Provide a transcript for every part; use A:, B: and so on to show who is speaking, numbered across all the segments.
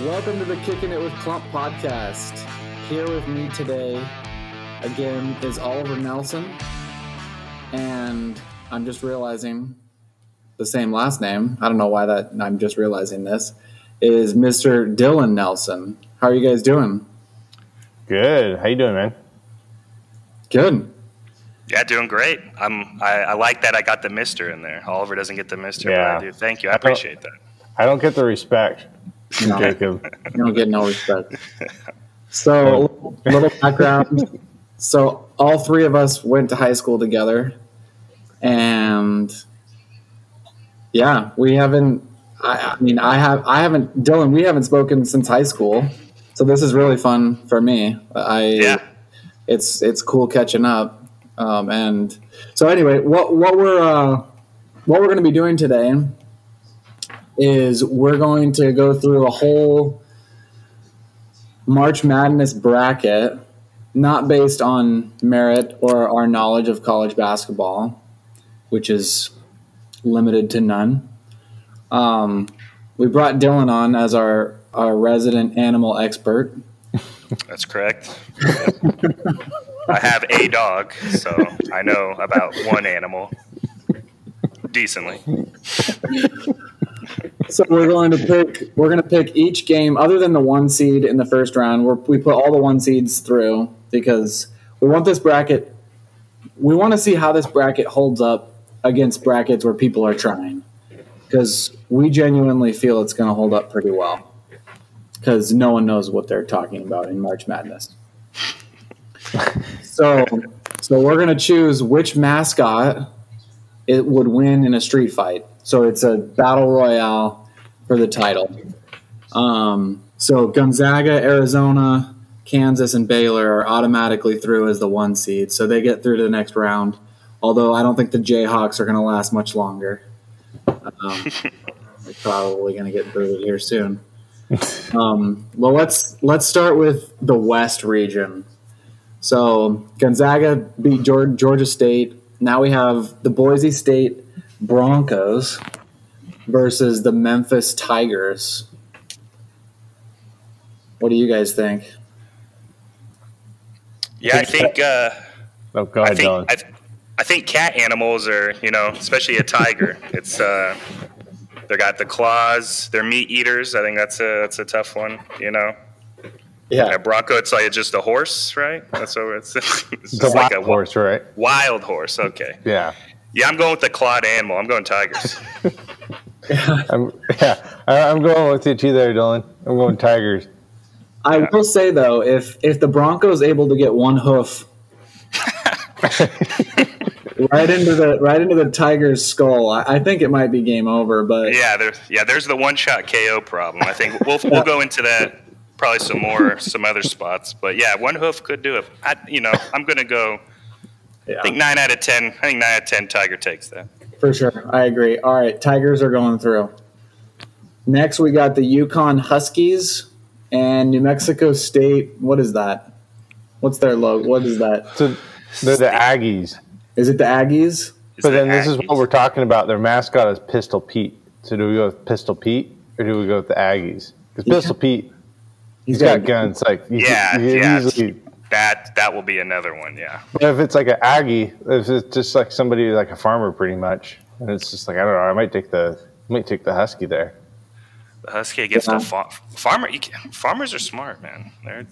A: Welcome to the Kicking It with Clump podcast. Here with me today, again, is Oliver Nelson. And I'm just realizing the same last name. I don't know why that I'm just realizing this. Is Mr. Dylan Nelson. How are you guys doing?
B: Good. How you doing, man?
A: Good.
C: Yeah, doing great. I'm. I, I like that I got the Mister in there. Oliver doesn't get the Mister,
B: Yeah.
C: but I do. Thank you. I appreciate that.
B: I don't get the respect,
A: No.
B: Jacob.
A: You don't get no respect. So, a little background. So, all three of us went to high school together, and yeah, we haven't. I, I mean, I have. I haven't. Dylan, we haven't spoken since high school, so this is really fun for me. I
C: Yeah.
A: it's it's cool catching up. Um, and so anyway, what what we're uh, what we're going to be doing today is we're going to go through a whole March Madness bracket, not based on merit or our knowledge of college basketball, which is limited to none. Um, we brought Dylan on as our our resident animal expert.
C: That's correct. I have a dog, so I know about one animal decently.
A: So we're going to pick. We're going to pick each game, other than the one seed in the first round. We're, we put all the one seeds through because we want this bracket. We want to see how this bracket holds up against brackets where people are trying, because we genuinely feel it's going to hold up pretty well. Because no one knows what they're talking about in March Madness. So, so we're going to choose which mascot it would win in a street fight. So it's a battle royale for the title. Um, so Gonzaga, Arizona, Kansas, and Baylor are automatically through as the one seed. So they get through to the next round. Although I don't think the Jayhawks are going to last much longer. Um, they're probably going to get booted here soon. Um, well, let's let's start with the West region. So Gonzaga beat Geor- Georgia State. Now we have the Boise State Broncos versus the Memphis Tigers. What do you guys think?
C: Yeah, I think. Uh,
B: Oh, go
C: I
B: ahead,
C: think.
B: Dylan.
C: I, th- I think cat animals are, you know, especially a tiger. It's uh, they got the claws. They're meat eaters. I think that's a that's a tough one. You know,
A: Yeah,
C: a bronco. It's like just a horse, right? That's what it's. it's
B: The
C: just like a
B: wild horse, right?
C: Wild horse. Okay.
B: Yeah.
C: Yeah, I'm going with the clawed animal. I'm going tigers.
B: I'm, yeah. I, I'm going with you too there, Dylan. I'm going Tigers.
A: I will say though, if if the Broncos able to get one hoof right into the right into the Tigers' skull, I, I think it might be game over. But
C: yeah, there's yeah, there's the one shot KO problem. I think we'll we'll go into that probably some more some other spots. But yeah, one hoof could do it. I, you know, I'm gonna go. I think nine out of ten. I think nine out of ten. Tiger takes that.
A: For sure. I agree. All right. Tigers are going through. Next, we got the Yukon Huskies and New Mexico State. What is that? What's their logo? What is that?
B: So they're the Aggies.
A: Is it the Aggies?
C: Is
B: But
C: the
B: then this is
C: Aggies.
B: what we're talking about. Their mascot is Pistol Pete. So do we go with Pistol Pete or do we go with the Aggies? Because Pistol Pete, he's got guns. Like you,
C: Yeah,
B: you
C: yeah.
B: easily-
C: that that will be another one. Yeah,
B: If it's like an Aggie, if it's just like somebody like a farmer, pretty much, and it's just like I don't know, I might take the I might take the husky there.
C: the husky against
A: Yeah.
C: the fa- farmer. You can, farmers are smart, man. They're,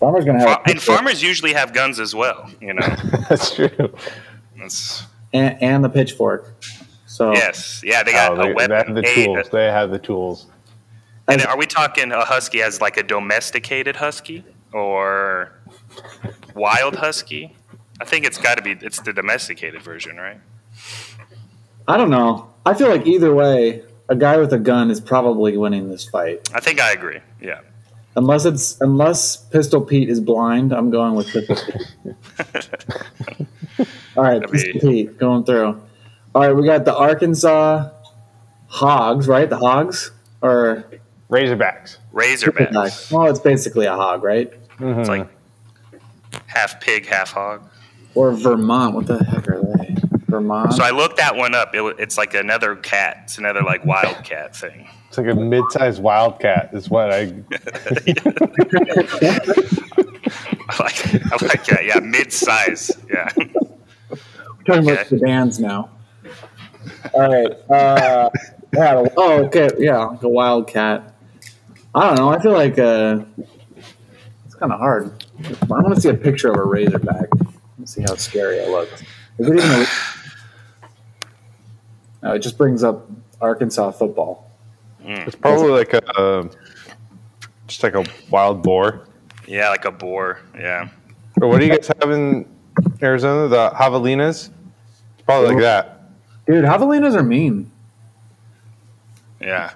A: Farmer's going to have.
C: and farmers usually have guns as well. You know,
B: That's true.
C: That's-
A: And, and the pitchfork. So,
C: yes, yeah, they got
B: Oh, they,
C: a
B: they have
C: weapon.
B: the
C: a-
B: tools. They have the tools.
C: And are we talking a husky as like a domesticated husky or wild husky? I think it's got to be it's the domesticated version, right?
A: I don't know. I feel like either way, a guy with a gun is probably winning this fight.
C: I think I agree. Yeah.
A: Unless it's unless Pistol Pete is blind, I'm going with Pistol Pete. All right,
C: That'd be-
A: Pistol Pete going through. All right, we got the Arkansas Hogs, right? The Hogs or
B: Razorbacks.
C: Razorbacks.
A: well, it's basically a hog, right?
C: It's like half pig, half hog.
A: Or Vermont? What the heck are they? Vermont.
C: So I looked that one up. It, wa- it's like another cat. It's another like wildcat thing.
B: It's like a mid-sized wildcat. Is what I.
C: I like, I like that. Yeah, mid-size. Yeah.
A: We're talking
C: Okay.
A: about sedans now. All right. Uh, yeah, oh, okay. Yeah, like a wildcat. I don't know. I feel like uh, it's kind of hard. I want to see a picture of a razorback. Let's see how scary it looks. Is it even? A, no, it just brings up Arkansas football.
B: It's probably like a, uh, just like a wild boar.
C: Yeah, like a boar. Yeah.
B: Or what do you guys have in Arizona? The javelinas. It's probably like that.
A: Dude, javelinas are mean.
C: Yeah.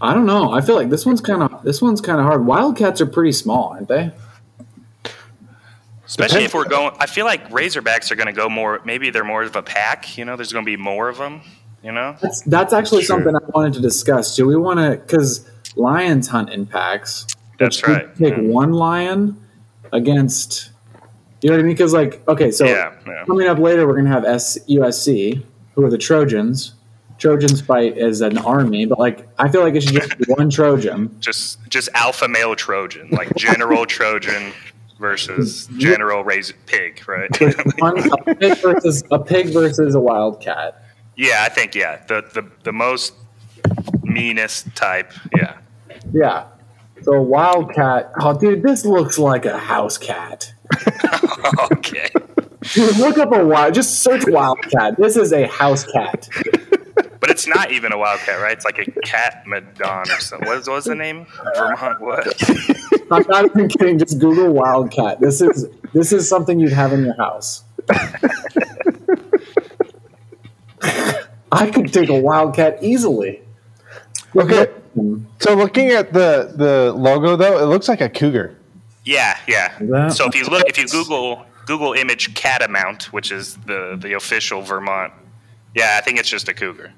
A: I don't know. I feel like this one's kind of this one's kind of hard. Wildcats are pretty small, aren't they?
C: Especially if we're going, I feel like Razorbacks are going to go more. Maybe they're more of a pack. You know, there's going to be more of them. You know,
A: That's that's actually
B: Sure.
A: something I wanted to discuss. Do we want to? Because lions hunt in packs.
C: That's
A: Like, you
C: right.
A: Take
C: Yeah.
A: one lion against. You know what I mean? Because like, okay, so
C: Yeah, yeah.
A: coming up later, we're gonna have S- USC, who are the Trojans. Trojans fight as an army, but like, I feel like it should just be one Trojan.
C: just just alpha male Trojan, like General Trojan versus General Razor Pig, right?
A: One, a pig versus a pig versus a wildcat.
C: yeah, I think yeah, the the the most meanest type. Yeah,
A: Yeah. So a wildcat. Oh, dude, this looks like a house cat.
C: okay.
A: Dude, look up a wild. Just search wildcat. This is a house cat.
C: But it's not even a wildcat, right? It's like a cat madon or something. What is- what was the name? Vermont. What?
A: I'm not even kidding. Just Google wildcat. This is this is something you'd have in your house. I could take a wildcat easily.
B: Okay. So looking at the the logo though, it looks like a cougar.
C: Yeah, yeah.
A: That-
C: so if you look, if you Google Google image catamount, which is the the official Vermont, yeah, I think it's just a cougar.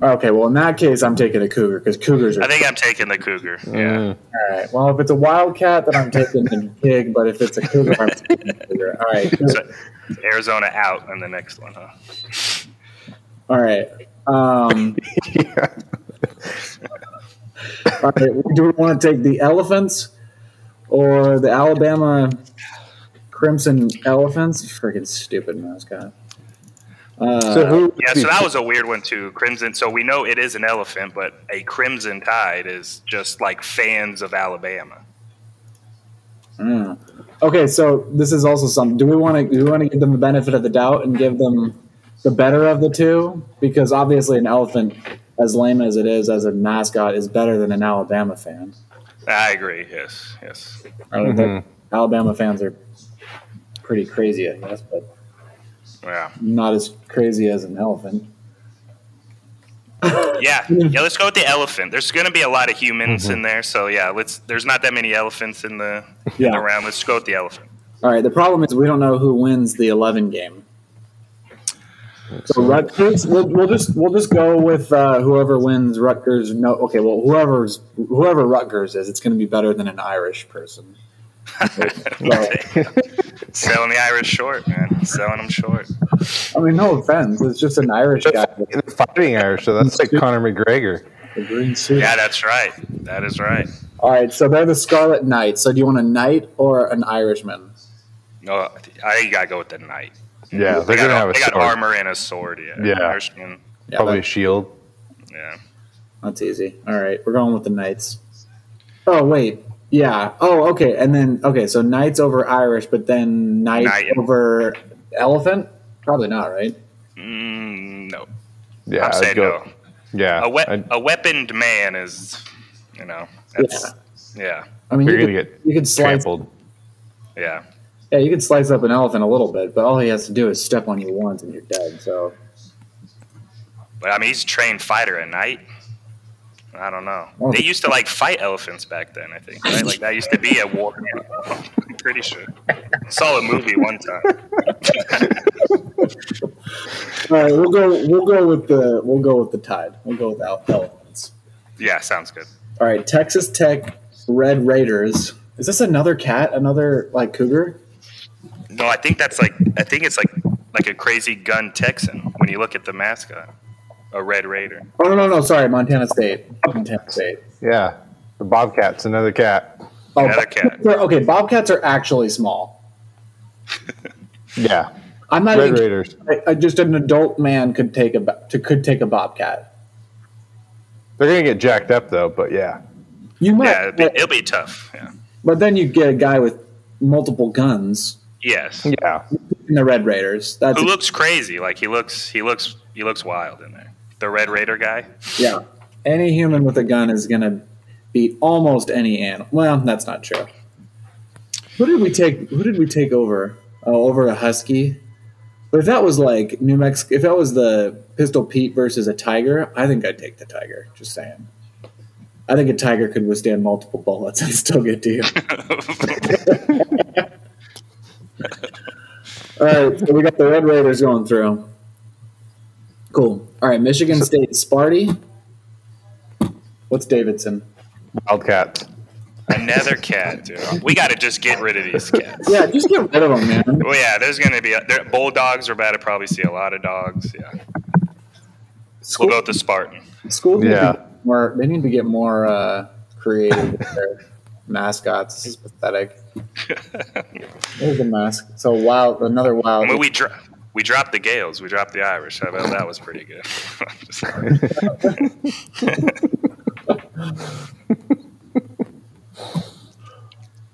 A: Okay, well in that case, I'm taking a cougar because cougars are.
C: I think I'm taking the cougar. Yeah,
A: all right. Well, if it's a wildcat, then I'm taking the pig. But if it's a cougar, I'm taking a cougar. All right.
C: so Arizona out on the next one, huh?
A: All right. Um,
B: Yeah.
C: Uh,
A: all right. Do we want to take the elephants or the Alabama Crimson Elephants? Freaking stupid mascot.
B: So who?
C: Yeah, so that was a weird one too. Crimson. So we know it is an elephant, but a Crimson Tide is just like fans of Alabama.
A: Okay, so this is also something. Do we want to do we want to give them the benefit of the doubt and give them the better of the two? Because obviously, an elephant, as lame as it is as a mascot, is better than an Alabama fan.
C: I agree. Yes, yes.
A: I don't think Alabama fans are pretty crazy, I guess, but.
C: Yeah,
A: not as crazy as an elephant.
C: yeah, yeah. Let's go with the elephant. There's going to be a lot of humans
A: Mm-hmm.
C: in there, so yeah. Let's. There's not that many elephants in the in
A: Yeah.
C: the round. Let's go with the elephant.
A: All right. The problem is we don't know who wins the eleven game. So Rutgers, we'll, we'll just we'll just go with uh, whoever wins Rutgers. No, okay. Well, whoever's whoever Rutgers is, it's going to be better than an Irish person. So,
C: Selling the Irish short, man. Selling them short.
A: I mean, no offense. It's just an Irish guy with
B: They're fighting Irish, so that's like Conor McGregor.
A: a green suit.
C: Yeah, that's right. That is right.
A: All right. So they're the Scarlet Knights. So do you want a knight or an Irishman?
C: No, I gotta go with the knight.
B: Yeah, they're
C: They got,
B: gonna have a
C: they got
B: sword.
C: armor and a sword. Yeah.
B: Yeah.
C: Irishman.
A: Yeah,
B: Probably a
A: that-
B: shield.
C: Yeah.
A: That's easy. All right, we're going with the Knights. Oh wait, yeah. Oh okay, and then okay, so Knights over Irish, but then Knight
C: Knight.
A: over Elephant? Probably not, right?
C: Mm, no,
B: Yeah,
C: I'm saying
B: go.
C: no.
B: Yeah,
C: A, we-
B: I'd-
C: a weaponed man is, you know, that's, yeah.
A: I mean,
B: They're
A: you
B: gonna
A: could,
B: get
A: you could slice.
B: trampled.
C: yeah,
A: Yeah, you could slice up an elephant a little bit, but all he has to do is step on you once and you're dead. So
C: But I mean, he's a trained fighter at night. I don't know.
A: Well-
C: They used to like fight elephants back then. I think right? like that used to be a war. I'm pretty sure. Saw a movie one time.
A: all right, we'll go. We'll go with the. We'll go with the Tide. We'll go with el- elephants.
C: Yeah, sounds good.
A: All right, Texas Tech Red Raiders. Is this another cat? Another like cougar?
C: No, I think that's like I think it's like like a crazy gun Texan when you look at the mascot, a Red Raider.
A: Oh no, no, no! Sorry, Montana State. Montana State.
B: Yeah, the Bobcat's another cat.
A: Oh,
C: Another cat.
A: Bobcats are- okay, Bobcats are actually small.
B: Yeah,
A: I'm not
B: Red
A: even.
B: Raiders.
A: I, I just an adult man could take a bo- to, could take a Bobcat.
B: They're gonna get jacked up though, but yeah,
A: You might,
C: Yeah, it'll be,
A: but,
C: it'll be tough. Yeah.
A: but then you get a guy with multiple guns
C: Yes.
B: yeah.
A: in the Red Raiders. That's
C: Who looks crazy? Like he looks, he looks, he looks wild in there. The Red Raider guy.
A: yeah. Any human with a gun is gonna beat almost any animal. Well, that's not true. Who did we take? Who did we take over? Oh, over a husky. But if that was like New Mexico, if that was the Pistol Pete versus a tiger, I think I'd take the tiger. Just saying. I think a tiger could withstand multiple bullets and still get to you. All right, so we got the Red Raiders going through. Cool. All right, Michigan State Sparty. What's Davidson?
B: Wildcats.
C: Another cat, dude. We got to just get rid of these cats.
A: Yeah, just get rid of him, man.
C: Well, yeah, there's going to be there, bulldogs. We're about to probably see a lot of dogs. Yeah, we'll
A: School,
C: go with the Spartan.
A: schools need to
B: Yeah.
A: get more. They need to get more uh, creative with their mascots. This is pathetic. There's the mask. So wild, another
C: I mean,
A: wild.
C: we dro- we dropped the Gales. We dropped the Irish. I thought that was pretty good.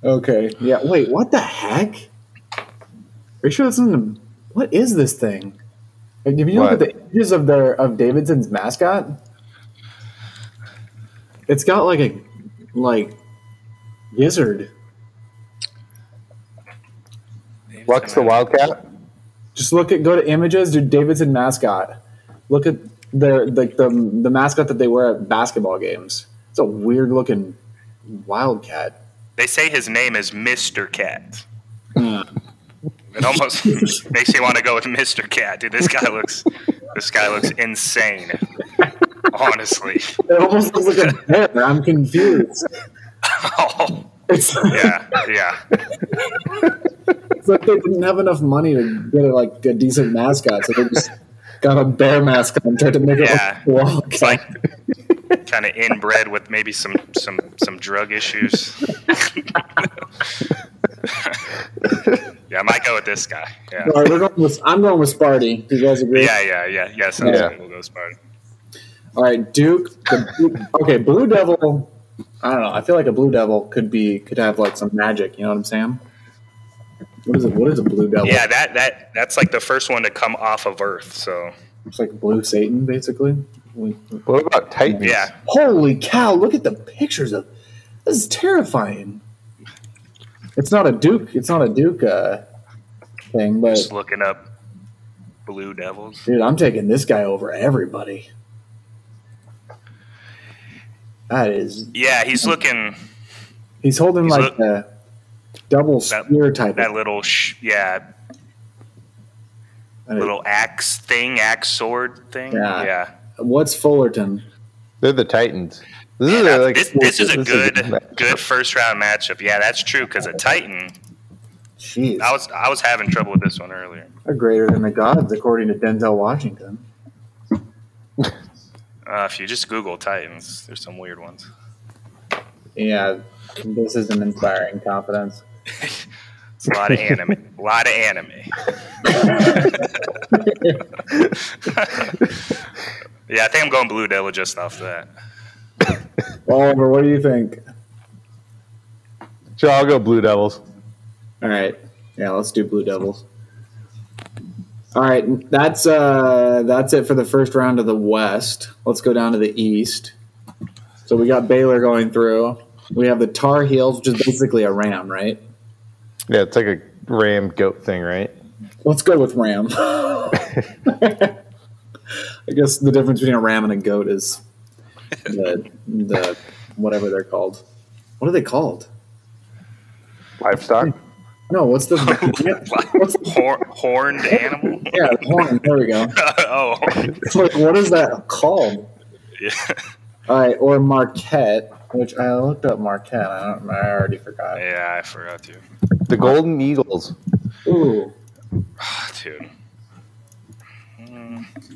A: Okay. Yeah. Wait. What the heck? Are you sure this isn't? A, what is this thing? Like, if you look
B: What?
A: at the images of their of Davidson's mascot, it's got like a like gizzard,
B: Lux the Wildcat.
A: Just look at go to images. Do Davidson mascot. Look at their like the the mascot that they wear at basketball games. It's a weird looking wildcat.
C: They say his name is Mister Cat. It almost makes me want to go with Mister Cat, dude. This guy looks this guy looks insane. Honestly.
A: It almost looks like a bear. I'm confused.
C: Oh,
A: It's like,
C: yeah, yeah.
A: it's like they didn't have enough money to get a, like a decent mascot, so they just got a bear mascot and tried to make it
C: Yeah.
A: like a wildcat.
C: It's like kind of inbred with maybe some some some drug issues. yeah, I might go with this guy. Yeah.
A: All right, we're going with, I'm going with Sparty. Do you guys agree?
C: Yeah, yeah, yeah, yeah. Sounds
B: Yeah.
C: good. We'll go Spartan.
A: All right, Duke. The, okay, Blue Devil. I don't know. I feel like a Blue Devil could be could have like some magic. You know what I'm saying? What is it? What is a Blue Devil?
C: Yeah, that that that's like the first one to come off of Earth. So
A: It's like Blue Satan, basically. We-
B: What about Titans?
C: yeah,
A: Holy cow! Look at the pictures of. This is terrifying. It's not a Duke. It's not a Duke uh, thing, but
C: just looking up Blue Devils.
A: dude, I'm taking this guy over everybody. That is.
C: Yeah, he's looking
A: He's holding
C: He's
A: like a double
C: That-
A: spear type.
C: that
A: of
C: little sh- yeah
A: that is-
C: little axe thing, axe sword thing.
A: Yeah.
C: Yeah,
A: What's Fullerton?
B: They're the Titans. This is
C: Yeah,
B: a, like
C: this, this is a
B: this
C: good
B: match.
C: good first round matchup. Yeah, that's true because a Titan.
A: Jeez,
C: I was I was having trouble with this one earlier.
A: they're greater than the gods, according to Denzel Washington.
C: Uh, if you just Google Titans, there's some weird ones.
A: Yeah, this is an inspiring confidence.
C: It's a lot of anime. A lot of anime. yeah, I think I'm going Blue Devil just off that.
A: Oliver, what do you think?
B: Sure, I'll go Blue Devils.
A: All right, yeah, let's do Blue Devils. All right, that's uh, that's it for the first round of the West. Let's go down to the East. So we got Baylor going through. We have the Tar Heels, which is basically a Ram, right?
B: Yeah, it's like a ram goat thing, right?
A: Let's go with Ram. I guess the difference between a ram and a goat is the, the whatever they're called. What are they called?
B: Livestock.
A: No, what's the what's the
C: Hor- horned animal.
A: yeah the horn? There we go.
C: oh,
A: It's like, what is that called?
C: yeah.
A: All right, or Marquette, which I looked up Marquette. I, don't, I already forgot.
C: yeah, I forgot to.
B: The Golden Eagles.
A: Ooh,
C: Dude,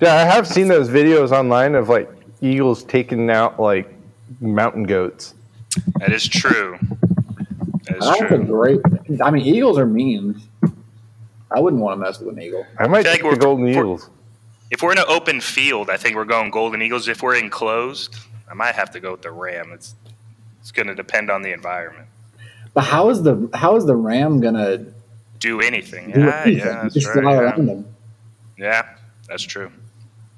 B: Yeah, I have seen those videos online of like eagles taking out like mountain goats.
C: That is true. That is
A: That's a
C: true.
A: great. I mean, eagles are mean. I wouldn't want to mess with an eagle.
B: I might
C: feel like
B: take
C: we're-
B: the golden
C: we're-
B: eagles.
C: If we're in an open field, I think we're going Golden Eagles. If we're enclosed, I might have to go with the Ram. It's it's going to depend on the environment.
A: But how is the how is the ram gonna do
C: Do anything. Yeah,
A: anything?
C: yeah, that's
A: Just
C: right.
A: fly
C: Yeah.
A: around them.
C: yeah, that's true.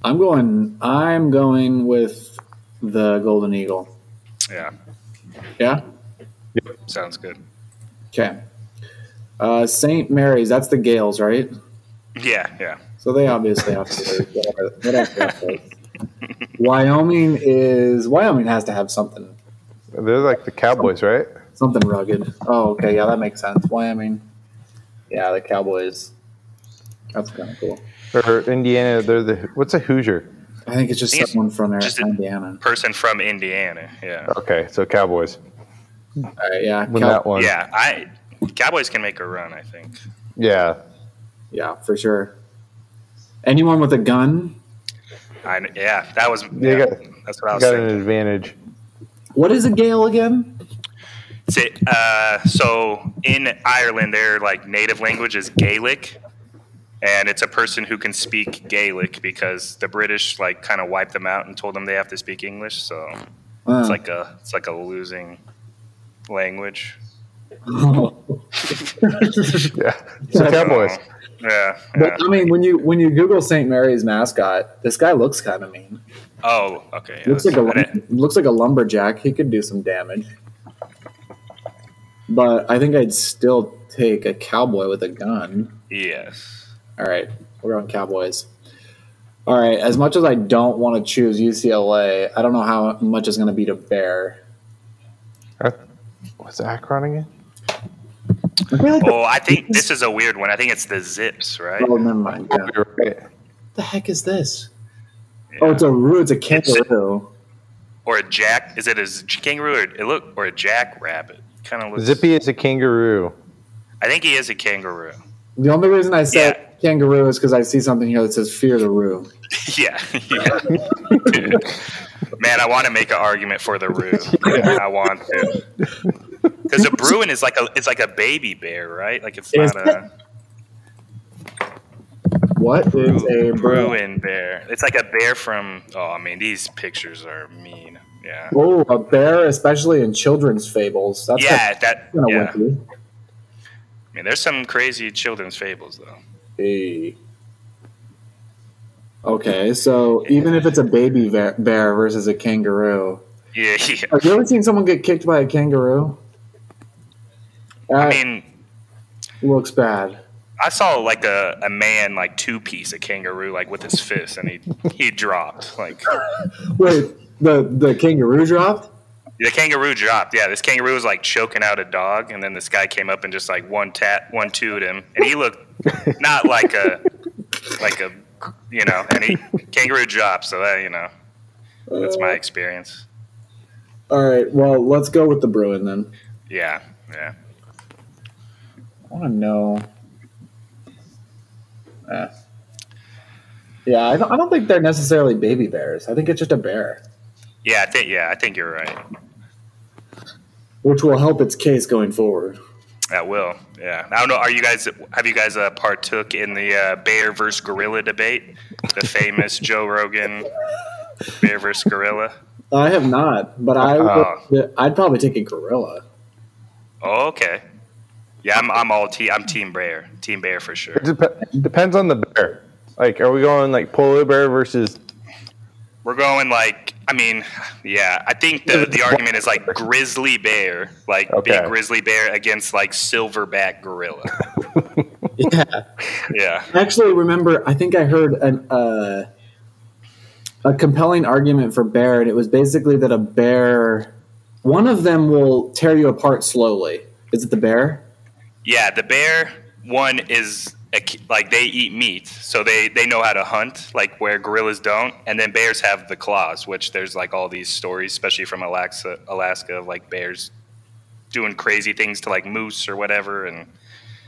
A: I'm going. I'm going with the golden eagle.
C: Yeah,
A: Yeah.
C: sounds good.
A: Okay. Uh, Saint Mary's. That's the Gales, right?
C: Yeah, yeah.
A: So they obviously have to lose. Whatever, whatever that was. Wyoming is Wyoming has to have something
B: They're like the cowboys, right?
A: something rugged. Oh, okay, yeah, that makes sense. Wyoming, yeah, the Cowboys. That's kind of cool.
B: Or Indiana? They're the what's a Hoosier?
A: I think it's just
C: Yes.
A: someone from there,
C: Just a-
A: Indiana.
C: Person from Indiana. Yeah,
B: Okay, so Cowboys
A: All right, yeah,
B: win
A: Cow-
B: that one.
C: yeah. I Cowboys can make a run. I think.
B: yeah.
A: yeah, for sure. Anyone with a gun?
C: I yeah. That was
B: You
C: yeah,
B: got-
C: that's what I was
B: got
C: thinking.
B: an advantage.
A: What is a Gale again?
C: Say, uh, so in Ireland, their like native language is Gaelic, and it's a person who can speak Gaelic because the British like kind of wiped them out and told them they have to speak English. So
A: Uh,
C: it's like a it's like a losing language.
B: Yeah, so Cowboys.
C: Yeah. yeah.
A: But, I mean, when you when you Google St. Mary's mascot, this guy looks kind of mean.
C: Oh, okay. yeah,
A: looks like a
C: I didn't-
A: looks like a lumberjack. He could do some damage. But I think I'd still take a cowboy with a gun.
C: yes.
A: All right, we're on cowboys. All right, as much as I don't want to choose UCLA, I don't know how much is going to beat a bear.
B: Uh, What's Akron again?
A: I feel like the-
C: Oh, I think this is a weird one. I think it's the zips, right?
A: oh, never mind. Yeah. What
B: You're right.
A: the heck is this?
C: Yeah.
A: Oh, it's a roo. It's a
C: It's-
A: kangaroo.
C: or a jack. Is it a z- kangaroo or it look or a jackrabbit? Kind of looks.
B: Zippy is a kangaroo.
C: I think he is a kangaroo.
A: The only reason I said
C: Yeah.
A: kangaroo is because I see something here that says "fear the roo."
C: Yeah. yeah. Dude. Man, I want to make an argument for the Roo. I want to. Because a Bruin is like a it's like a baby bear, right? Like it's
A: Is
C: not a
A: What is a brew?
C: Bruin bear. It's like a bear from. Oh, I mean, these pictures are mean. Yeah.
A: Oh, a bear, especially in children's fables. That's
C: Yeah. That.
A: kind of
C: Yeah.
A: wicked.
C: I mean, there's some crazy children's fables though.
A: Hey. Okay, so even if it's a baby bear, bear versus a kangaroo,
C: Yeah. yeah.
A: have you ever seen someone get kicked by a kangaroo? That
C: I mean,
A: looks bad.
C: I saw like a, a man like two piece a kangaroo like with his fist and he he dropped like.
A: Wait, the the kangaroo dropped.
C: The kangaroo dropped. Yeah, this kangaroo was like choking out a dog, and then this guy came up and just like one tat, one twoed him, and he looked not like a like a you know, and he kangaroo dropped. So that you know, that's my experience.
A: All right, well, let's go with the Bruin then.
C: Yeah, yeah.
A: I want to know. Eh. Yeah, I don't, I don't think they're necessarily baby bears. I think it's just a bear,
C: Yeah, I think yeah, I think you're right.
A: which will help its case going forward.
C: That will. Yeah. I don't know. Are you guys? Have you guys uh, partook in the uh, bear versus gorilla debate? The famous Joe Rogan bear versus gorilla.
A: I have not, but I would, I'd probably take a gorilla.
C: Oh, okay. Yeah, I'm, I'm all team. I'm team bear. Team bear for sure.
B: It dep- depends on the bear. Like, are we going like polar bear versus?
C: We're going like I mean, yeah. I think the, the argument is like grizzly bear, like
B: Okay.
C: big grizzly bear against like silverback gorilla.
A: Yeah.
C: Yeah,
A: Actually, remember, I think I heard an, uh, a compelling argument for bear, and it was basically that a bear, one of them will tear you apart slowly. Is it the bear?
C: yeah. The bear one is a, ki- like they eat meat, so they they know how to hunt, like where gorillas don't. And then bears have the claws, which there's like all these stories, especially from Alaska, Alaska, of like bears doing crazy things to like moose or whatever. And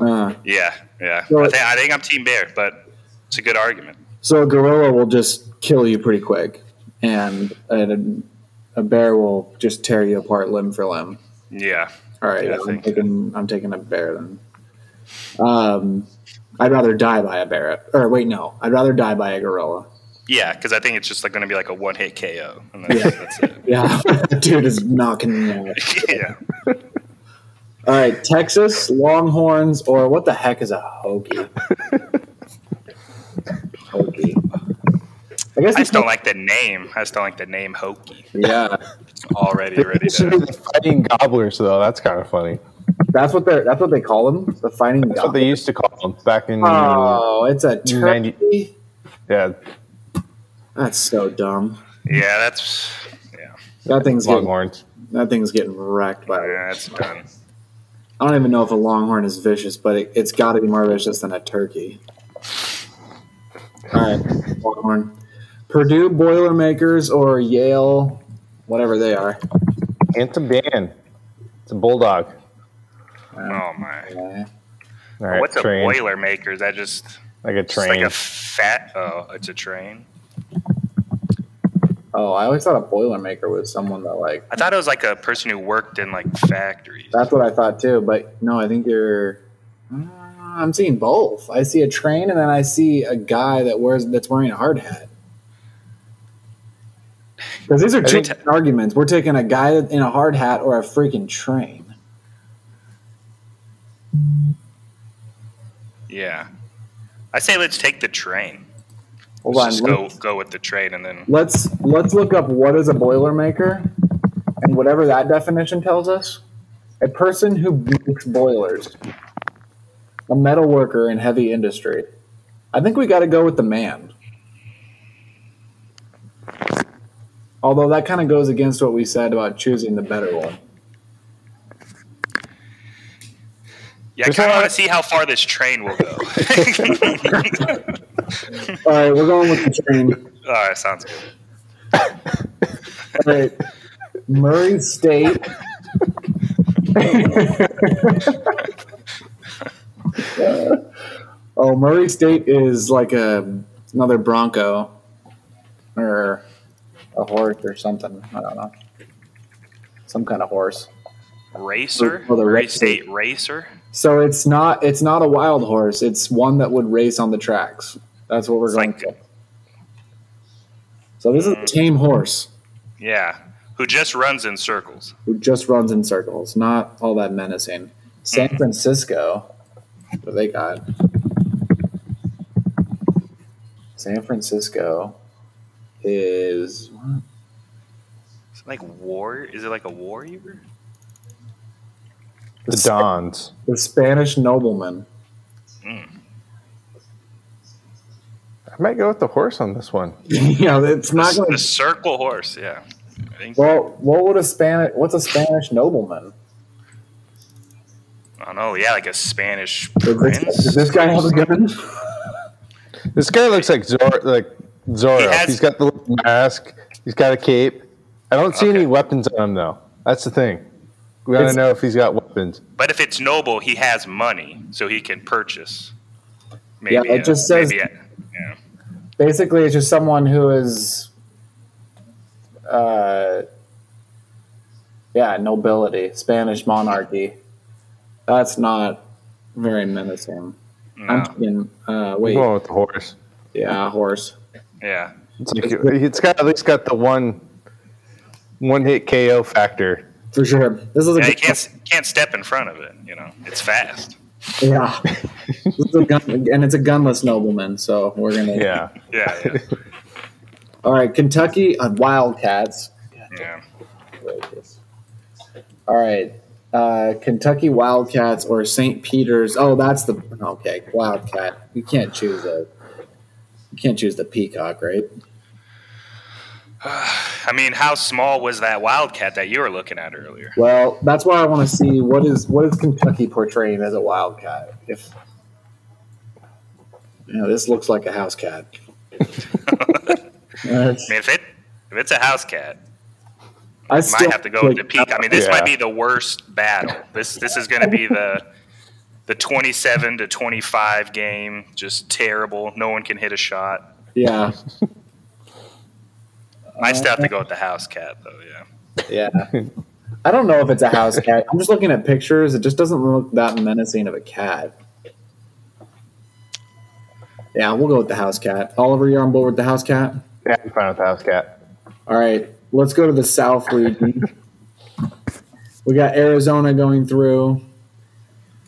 A: Uh,
C: yeah, yeah.
A: Well,
C: I, thi- I think I'm team bear, but it's a good argument.
A: So a gorilla will just kill you pretty quick, and, and a, a bear will just tear you apart limb for limb.
C: Yeah.
A: All right,
C: Yeah, I
A: I'm
C: think-
A: taking I'm taking a bear then. Um, I'd rather die by a bear, or wait, no, I'd rather die by a gorilla.
C: Yeah, because I think it's just like going to be like a one hit KO. And that's, that's it.
A: Yeah, dude is knocking me out.
C: Yeah.
A: All right, Texas Longhorns, or what the heck is a Hokie? Hokie. I guess
C: I
A: it's
C: just don't like the name. I just don't like the name Hokie.
A: yeah.
C: Already ready
B: It should be
C: to.
B: the fighting gobblers, though. That's kind of funny.
A: That's what they are that's what they call them. The fighting.
B: That's what they used to call them back in.
C: Uh,
A: Oh, it's a turkey.
B: 90 yeah,
A: That's so dumb.
C: Yeah, that's. Yeah,
A: That thing's getting,
B: longhorns.
A: that thing's getting wrecked by.
C: yeah, that's done.
A: I don't even know if a longhorn is vicious, but it, it's got to be more vicious than a turkey. All right, longhorn. Purdue Boilermakers or Yale, whatever they are.
B: It's a ban. It's a bulldog.
C: Oh my.
A: Yeah.
B: All right,
C: What's a
B: train.
C: boiler maker? Is that just,
B: Like a
C: just
B: train.
C: like a fat? Oh, it's a train.
A: Oh, I always thought a Boilermaker was someone that like.
C: I thought it was like a person who worked in like factories.
A: That's what I thought too, but no, I think you're. Uh, I'm seeing both. I see a train, and then I see a guy that wears that's wearing a hard hat. Because these are two
B: think-
A: different arguments. We're taking a guy in a hard hat or a freaking train.
C: Yeah. I say let's take the train.
A: Hold
C: Let's
A: on.
C: just go
A: Let's,
C: go with the train and then.
A: let's let's look up what is a boilermaker, and whatever that definition tells us, a person who makes boilers, a metal worker in heavy industry. I think we got to go with the man. Although that kind of goes against what we said about choosing the better one.
C: Yeah, I
B: There's
C: kind
B: a
C: of
B: lot
C: want
B: of-
C: to see how far this train will go.
A: All right, we're going with the train.
C: All right, Uh, sounds good.
A: All right. Murray State. oh, Murray State is like a another Bronco or a horse or something. I don't know. Some kind of horse.
C: Racer,
A: Oh, the
C: Murray
A: racer.
C: State Racer.
A: So it's not it's not a wild horse. It's one that would race on the tracks. That's what we're
C: It's
A: going
C: like-
A: for. So this is a tame horse
C: Yeah, who just runs in circles.
A: who just runs in circles. Not all that menacing. San
B: Mm-hmm.
A: Francisco. What do they got? San Francisco is
C: Is it like war? Is it like a warrior?
B: the Dons.
A: the Spanish nobleman.
B: I might go with the horse on this one.
A: you know, it's not going
C: The
A: to.
C: circle horse. Yeah. I think,
A: Well, what would a Spanish? What's a Spanish nobleman?
C: I don't know. Yeah, like a Spanish
A: Does this,
C: prince.
A: does this guy have a gun?
B: This guy looks like Zor- like Zorro.
C: He has-
B: he's got the little mask. He's got a cape. I don't see any
C: Okay.
B: weapons on him though. That's the thing. We gotta
A: It's-
B: know if he's got weapons.
C: But if it's noble, he has money, so he can purchase. Maybe
A: Yeah, it
C: a-
A: just says-
C: maybe a- yeah.
A: Basically, it's just someone who is, uh, yeah, nobility, Spanish monarchy. That's not very menacing. I'm
C: No.
A: thinking, uh, wait,
B: I'm going with the horse.
A: yeah, horse.
C: Yeah.
B: It's like- it's got at least got the one one hit KO factor.
A: For sure. This is a
C: Yeah, you
A: good,
C: can't can't step in front of it. You know, it's fast.
A: yeah. this is a gun, and it's a gunless nobleman, so we're gonna.
B: Yeah.
C: Yeah, yeah,
A: All right, Kentucky on Wildcats.
C: yeah.
A: Outrageous. All right. Uh, Kentucky Wildcats or St. Peter's. Oh, that's the okay. Wildcat. You can't choose a. You can't choose the peacock, right?
C: I mean, how small was that wildcat that you were looking at earlier?
A: Well, that's why I want to see what is what is Kentucky portraying as a wildcat. If you know, this looks like a house cat. That's-
C: I mean, if it if it's a house cat,
A: I
C: might
A: still
C: have to go with the peak. I mean, this
B: Yeah.
C: might be the worst battle. This this is going to be the the 27 to 25 game. Just terrible. No one can hit a shot.
A: Yeah.
C: Nice to have to go with the house cat, though. Yeah.
A: Yeah. I don't know if it's a house cat. I'm just looking at pictures. It just doesn't look that menacing of a cat. Yeah, we'll go with the house cat. Oliver, you're on board with the house cat?
B: Yeah, I'm fine with the house cat.
A: All right, let's go to the South region. we got Arizona going through,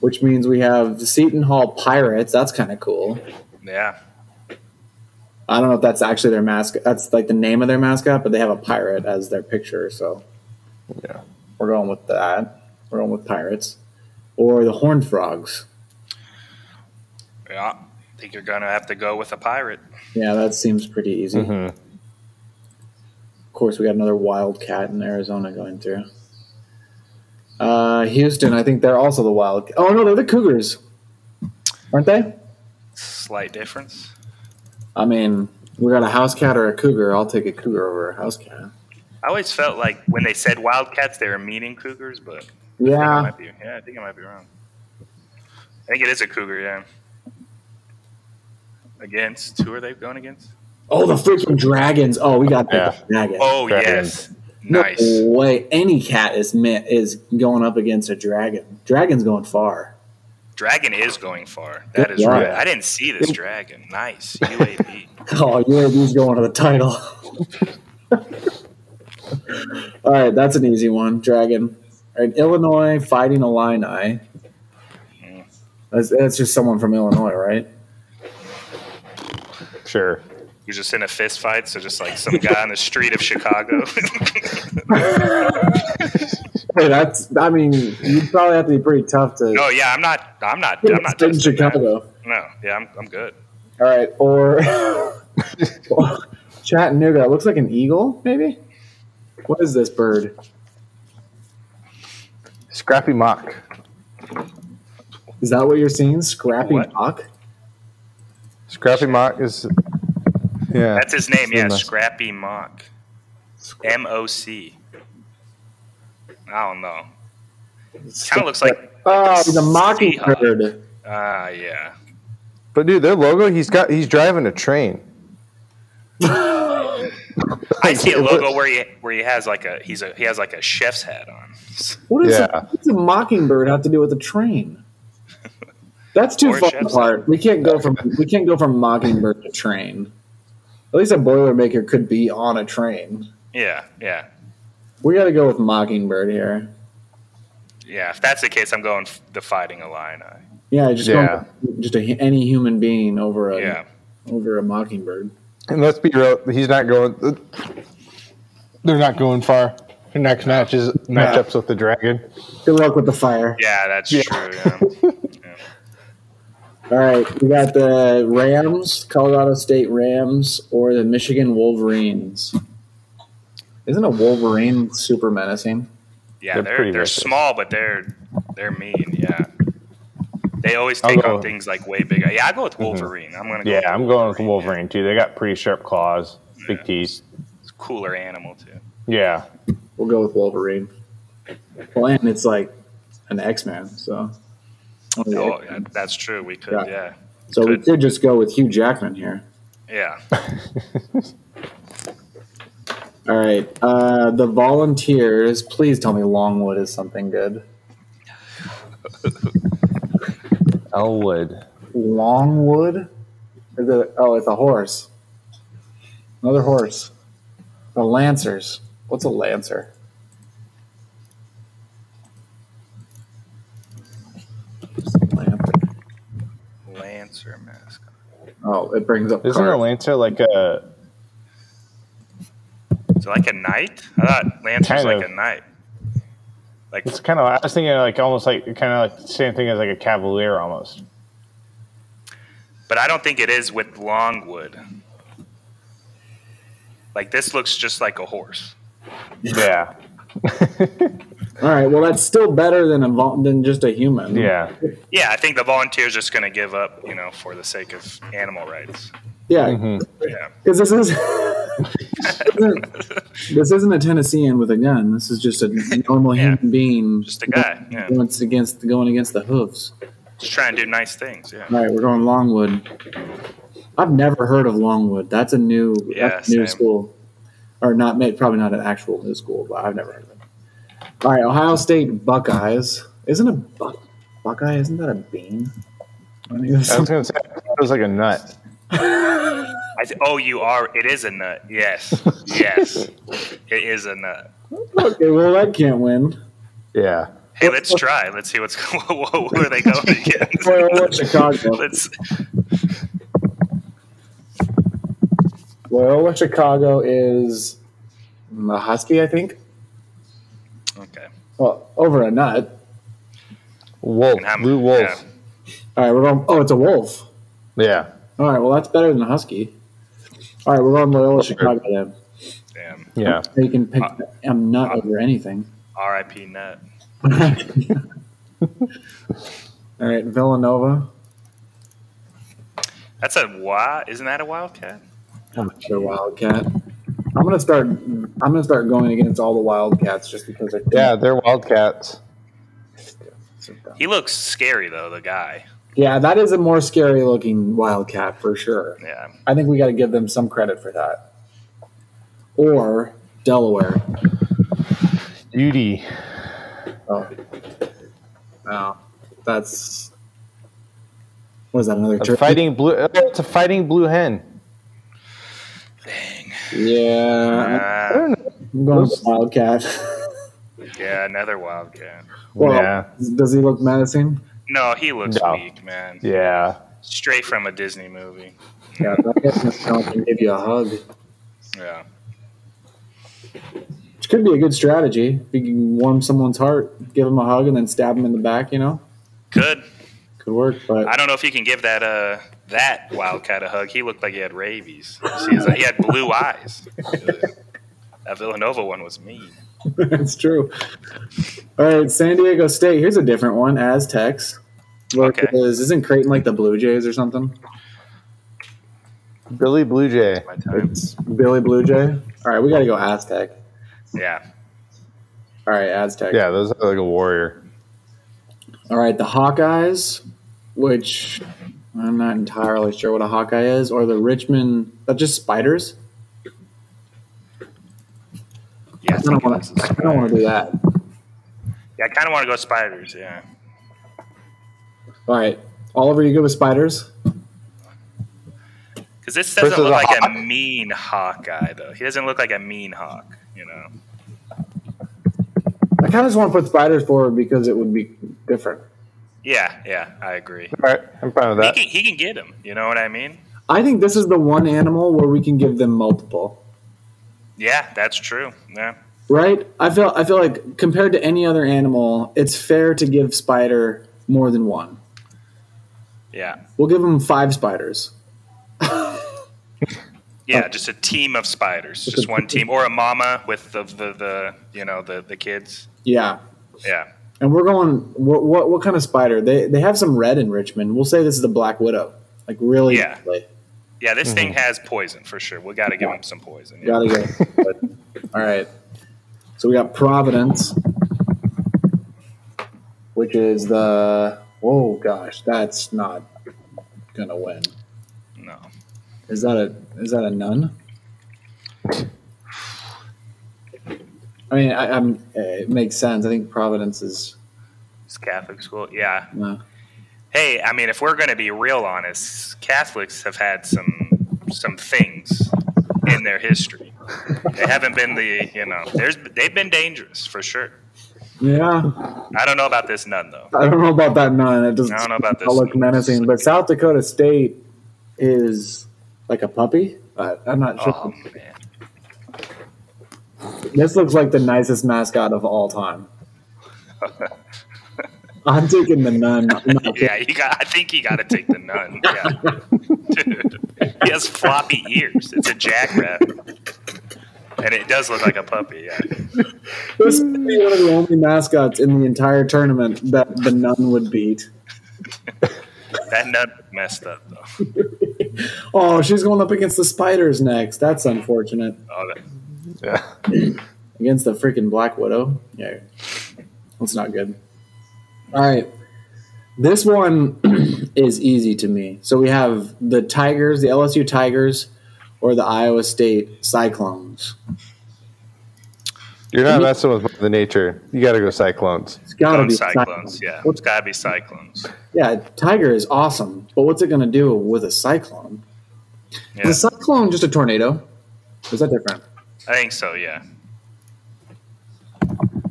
A: which means we have the Seton Hall Pirates. That's kind of cool.
C: Yeah.
A: I don't know if that's actually their mascot. That's like the name of their mascot, but they have a pirate as their picture. So
B: Yeah.
A: we're going with that. We're going with pirates or the Horned Frogs.
C: Yeah. I think you're going to have to go with a pirate.
A: Yeah, that seems pretty easy.
B: Mhm.
A: Of course, we got another wildcat in Arizona going through. Uh, Houston, I think they're also the wild. Oh no, they're the Cougars, aren't they?
C: Slight difference.
A: I mean, we got a house cat or a cougar. I'll take a cougar over a house cat.
C: I always felt like when they said wildcats, they were meaning cougars, but I,
A: Yeah,
C: might be, yeah, I think I might be wrong. I think it is a cougar, yeah. Against who are they going against?
A: Oh, the freaking dragons! Oh, we got the
B: Yeah.
A: dragons.
C: Oh
B: Dragons.
C: yes, nice.
A: No way, any cat is meant is going up against a dragon. Dragon's going far.
C: Dragon is going far. That is
A: Yeah.
C: right. I didn't see this dragon. Nice UAB.
A: Oh, UAB's going to the title. All right, that's an easy one. Dragon. All right, Illinois fighting Illini. That's, that's just someone from Illinois, right?
B: Sure.
C: You're just in a fist fight, so just like some guy on the street of Chicago.
A: Hey, that's. I mean, you'd probably have to be pretty tough to.
C: no, yeah, I'm not. I'm not. I'm not
A: in
C: testing that.
A: Chicago.
C: No, yeah, I'm, I'm good.
A: All right, or Chattanooga. It looks like an eagle, maybe. What is this bird?
B: Scrappy Mock.
A: Is that what you're seeing? Scrappy
C: What?
A: Mock?
B: Scrappy Mock is. Yeah.
C: That's his name. Yeah,
B: Nice.
C: Scrappy Mock. M O C. I don't know. Kind of looks like.
A: Oh,
C: a
A: the mockingbird.
C: Ah, yeah.
B: But dude, their logo. He's got. He's driving a train.
C: I see a
B: It looks-
C: logo where he where he has like a he's a he has like a chef's hat on.
A: What does
B: Yeah.
A: a, what's a mockingbird have to do with a train? That's too
C: Or a
A: far
C: chef's
A: apart. We can't go from we can't go from mockingbird to train. At least a boilermaker could be on a train.
C: Yeah, yeah,
A: We got to go with mockingbird here.
C: yeah. If that's the case, I'm going f- the Fighting Illini.
A: Yeah, just
B: Yeah.
A: Going, just a, any human being over a
C: Yeah,
A: over a mockingbird.
B: And let's be real. He's not going. They're not going far. They're not matches matchups with the dragon.
A: Good luck with the fire.
C: yeah, that's
B: Yeah.
C: true. Yeah.
A: All right, we got the Rams, Colorado State Rams, or the Michigan Wolverines. Isn't a Wolverine super menacing?
B: They're
C: Yeah, they're they're,
B: pretty vicious.
C: small, but they're they're mean. Yeah, they always
B: I'll
C: take
B: go- Mm-hmm.
C: on things like way bigger. Yeah, I go with Wolverine. I'm gonna. Go
B: Yeah, I'm going with the
C: Wolverine.
B: Wolverine too. They got pretty sharp claws, big teeth.
C: It's a cooler animal too.
B: Yeah.
A: We'll go with Wolverine. Well, and it's like an X Man, so One of the
C: Oh,
A: X-Men.
C: yeah, that's true. We could.
A: Yeah.
C: Yeah,
A: so we
C: good.
A: could just go with Hugh Jackman here.
C: yeah.
A: All right, uh, the Volunteers. Please tell me Longwood is something good.
B: Elwood.
A: Longwood? Is it, oh, it's a horse. Another horse. The Lancers. What's a Lancer? Lancer.
C: Lancer mascot.
A: Oh, it brings up.
B: Isn't a
A: cards.
B: lancer like a?
C: Is it like a knight? I thought Lancer's
B: Kind
C: like
B: of.
C: a knight. Like
B: It's kind of. I was thinking like almost like kind of like the same thing as like a cavalier almost.
C: But I don't think it is with Longwood. Like this looks just like a horse.
B: Yeah.
A: All right. Well, that's still better than a vol- than just a human.
B: Yeah.
C: Yeah, I think the volunteers just going to give up, you know, for the sake of animal rights.
A: Yeah.
C: Yeah,
A: Because this is. this isn't- this isn't a Tennessean with a gun. This is just a normal
C: Yeah.
A: human being.
C: just a guy. Yeah,
A: Going against going against the hooves.
C: just trying to do nice things. Yeah,
A: All right, we're going Longwood. I've never heard of Longwood. That's a new,
C: Yeah,
A: that's a new
C: same.
A: school, or not? may- Probably not an actual new school, but I've never heard of it. All right, Ohio State Buckeyes. Isn't a buck, Buckeye? Isn't that a bean? I think that's-
B: I was gonna say I thought it was like a nut.
C: I th- oh, you are. It is a nut. Yes, yes, it is a nut.
A: okay, well, I can't win.
B: Yeah.
C: Hey, let's try. Let's see what's going. Whoa, whoa, where are they going again?
A: Well, what's Chicago?
C: let's.
A: Loyola Chicago is a Husky, I think.
C: Okay.
A: Well, over a nut.
B: Wolf.
C: And how many-
B: Lou Wolf.
C: yeah.
A: All right, we're going. Oh, it's a wolf.
B: Yeah.
A: All right, well, that's better than a husky. All right, we're on Loyola Chicago then.
C: Damn.
B: Yeah.
A: They can pick I'm not over anything.
C: R.I.P. Nut.
A: uh, All right, Villanova.
C: That's a wild. Isn't that a wildcat?
A: I'm not sure Wildcat. I'm gonna start. I'm gonna start going against all the Wildcats just because I think
B: Yeah, they're wildcats.
C: He looks scary though. The guy.
A: yeah, that is a more scary looking Wildcat for sure.
C: Yeah.
A: I think we got to give them some credit for that. Or Delaware.
B: Beauty.
A: Oh, wow, that's what is that another
B: A
A: turkey?
B: fighting blue oh, it's a fighting blue hen.
A: Yeah,
B: I
C: Uh,
B: don't know.
A: I'm going with Wildcat.
C: yeah, another wildcat.
A: well,
B: yeah.
A: does he look menacing?
C: No, he looks
B: No.
C: weak, man.
B: Yeah.
C: Straight from a Disney movie.
A: Yeah, that guy's gonna come and give you a hug.
C: Yeah.
A: Which could be a good strategy. If you can warm someone's heart, give them a hug, and then stab them in the back, you know,
C: Good.
A: could work.
C: I
A: But
C: don't know if you can give that uh that wildcat a hug. He looked like he had rabies. He was- he had blue eyes. That Villanova one was mean.
A: it's true. All right, San Diego State. Here's a different one. Aztecs. Look,
C: Okay.
A: it is- isn't Creighton like the Blue Jays or something?
B: Billy Blue Jay.
C: My time.
A: Billy Blue Jay. All right, we got to go Aztec.
C: Yeah.
A: All right, Aztec.
B: Yeah, those are like a warrior.
A: All right, the Hawkeyes, which I'm not entirely sure what a Hawkeye is, or the Richmond. That just spiders.
C: Yeah. I,
A: I don't want to. I don't want to do that.
C: Yeah, I kind of want to go spiders. Yeah.
A: All right, Oliver, you good with spiders?
C: Because this doesn't
B: Versus
C: look
B: a
C: like a
B: hawk?
C: mean Hawkeye though. He doesn't look like a mean hawk. You know.
A: I kind of just want to put spiders forward because it would be different.
C: Yeah. Yeah. I agree.
B: All right, I'm fine with
C: He
B: that.
C: can, he can get him. You know what I mean?
A: I think this is the one animal where we can give them multiple.
C: Yeah. That's true. Yeah.
A: Right? I feel I feel like compared to any other animal, it's fair to give spider more than one.
C: Yeah.
A: We'll give them five spiders.
C: Yeah, just a team of spiders, Oh. just one team, or a mama with the the, the you know the the kids.
A: Yeah.
C: Yeah,
A: And we're going what what, what kind of spider? They they have some red in Richmond. We'll say this is the black widow. Like really
C: Yeah.
A: like,
C: yeah. This thing has poison for sure. We got to give him some poison. Mm-hmm. yeah.
A: gotta go. But, all right. So we got Providence. Which is the oh gosh, that's not gonna win.
C: No,
A: Is that a is that a nun? I mean, I, I'm. It makes sense. I think Providence is.
C: it's Catholic school. Yeah.
A: No.
C: Hey, I mean, if we're going to be real honest, Catholics have had some some things in their history. They haven't been the you know. There's they've been dangerous for sure.
A: Yeah,
C: I don't know about this nun though.
A: I don't know about that nun. It doesn't
C: I don't know about this.
A: look menacing, but South Dakota State is like a puppy. I, I'm not sure.
C: Oh man,
A: This looks like the nicest mascot of all time. I'm taking the nun. I'm not taking-
C: Yeah, he got. I think he got to take the nun. Yeah. Dude, he has floppy ears. It's a jackrabbit, and it does look like a puppy. Yeah,
A: This would be one of the only mascots in the entire tournament that the nun would beat.
C: that nun messed up though.
A: Oh, she's going up against the spiders next. That's unfortunate.
C: Oh, that-
B: Yeah.
A: Against the freaking Black Widow. Yeah. That's not good. All right. This one is easy to me. So we have the Tigers, the LSU Tigers, or the Iowa State Cyclones.
B: You're not messing with Mother Nature. You got to go Cyclones.
A: It's got to
C: Going
A: be
C: cyclones. Yeah, it's got to be cyclones.
A: Yeah, Tiger is awesome, but what's it going to do with a cyclone?
C: Yeah,
A: Is a cyclone just a tornado? Is that different?
C: I think so. Yeah,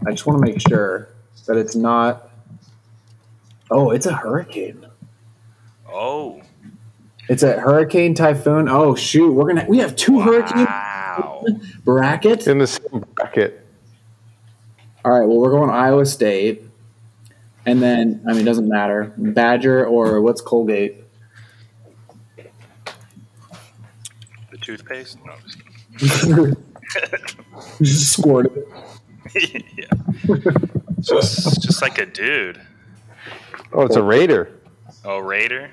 A: I just want to make sure that it's not. Oh, it's a hurricane.
C: Oh,
A: It's a hurricane typhoon. Oh shoot, we're gonna we have two hurricanes
C: wow.
A: bracket.
B: In the same bracket.
A: All right, well we're going Iowa State, and then I mean it doesn't matter Badger or what's Colgate.
C: The toothpaste? No. I'm just kidding.
A: Just squirt it.
C: yeah. Just, just like a dude.
B: Oh, it's a Raider.
C: Oh, Raider?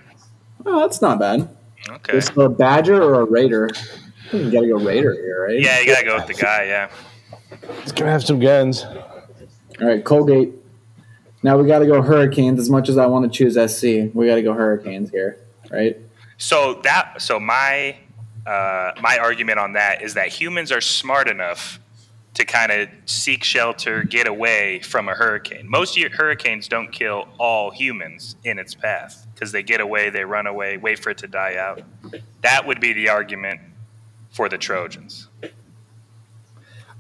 A: Oh, that's not bad.
C: Okay.
A: It's a Badger or a Raider. I think You gotta go Raider here, right?
C: Yeah, you gotta go with the guy, yeah.
B: It's gonna have some guns.
A: All right, Colgate. Now we got to go Hurricanes. As much as I want to choose SC, we got to go Hurricanes here, right?
C: So that so my uh, my argument on that is that humans are smart enough to kind of seek shelter, get away from a hurricane. Most year, hurricanes don't kill all humans in its path because they get away, they run away, wait for it to die out. That would be the argument for the Trojans.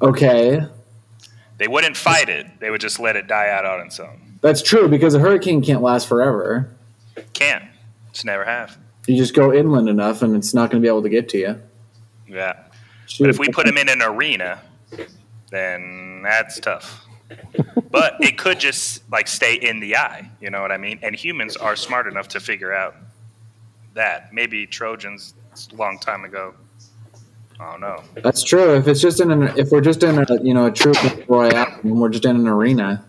A: Okay,
C: They wouldn't fight it; they would just let it die out on its own.
A: that's true because a hurricane can't last forever.
C: Can't. It's never have.
A: You just go inland enough, and it's not going to be able to get to you.
C: Yeah.
A: Shoot.
C: But if we put them in an arena, then that's tough. but it could just like stay in the eye, you know what I mean? And humans are smart enough to figure out that. Maybe Trojans a long time ago. I don't know.
A: that's true. If it's just in an, if we're just in a you know a troop royale, and we're just in an arena,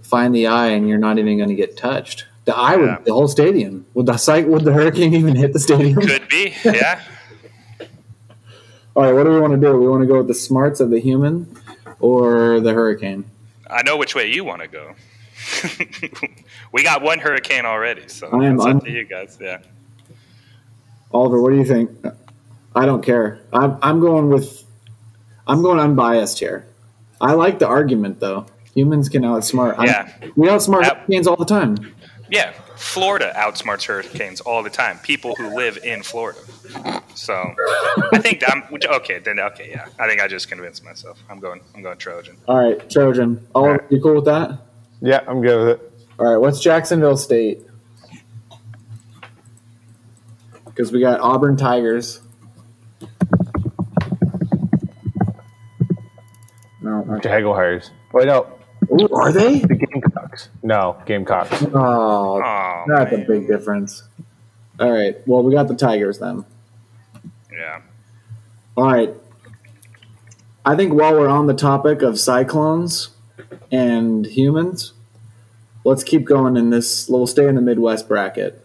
A: find the eye, and you're not even going to get touched. The eye
C: Yeah.
A: would the whole stadium. Would the site would the hurricane even hit the stadium?
C: Could be, yeah.
A: All right, what do we want to do? We want to go with the smarts of the human or the hurricane.
C: I know which way you want to go. we got one hurricane already, so
A: I am
C: it's
A: un-
C: up to you guys. Yeah.
A: Oliver, what do you think? I don't care. I'm, I'm going with, I'm going unbiased here. I like the argument though. Humans can outsmart. I-
C: Yeah.
A: we outsmart
C: Yep.
A: hurricanes all the time.
C: Yeah, Florida outsmarts hurricanes all the time. People who live in Florida. So I think I'm okay. Then okay, yeah. I think I just convinced myself. I'm going. I'm going Trojan.
A: All right, Trojan. Oliver,
B: right.
A: you cool with that?
B: Yeah, I'm good with it.
A: All right, what's Jacksonville State? Because we got Auburn Tigers. No, okay.
B: Jaguars. Wait, no,
A: Ooh, are they?
B: the Gamecocks. No, Gamecocks.
A: Oh,
C: Oh,
A: that's a
C: man.
A: big difference. All right. Well, we got the Tigers then.
C: yeah.
A: All right. I think while we're on the topic of cyclones and humans, let's keep going in this. We'll stay in the Midwest bracket.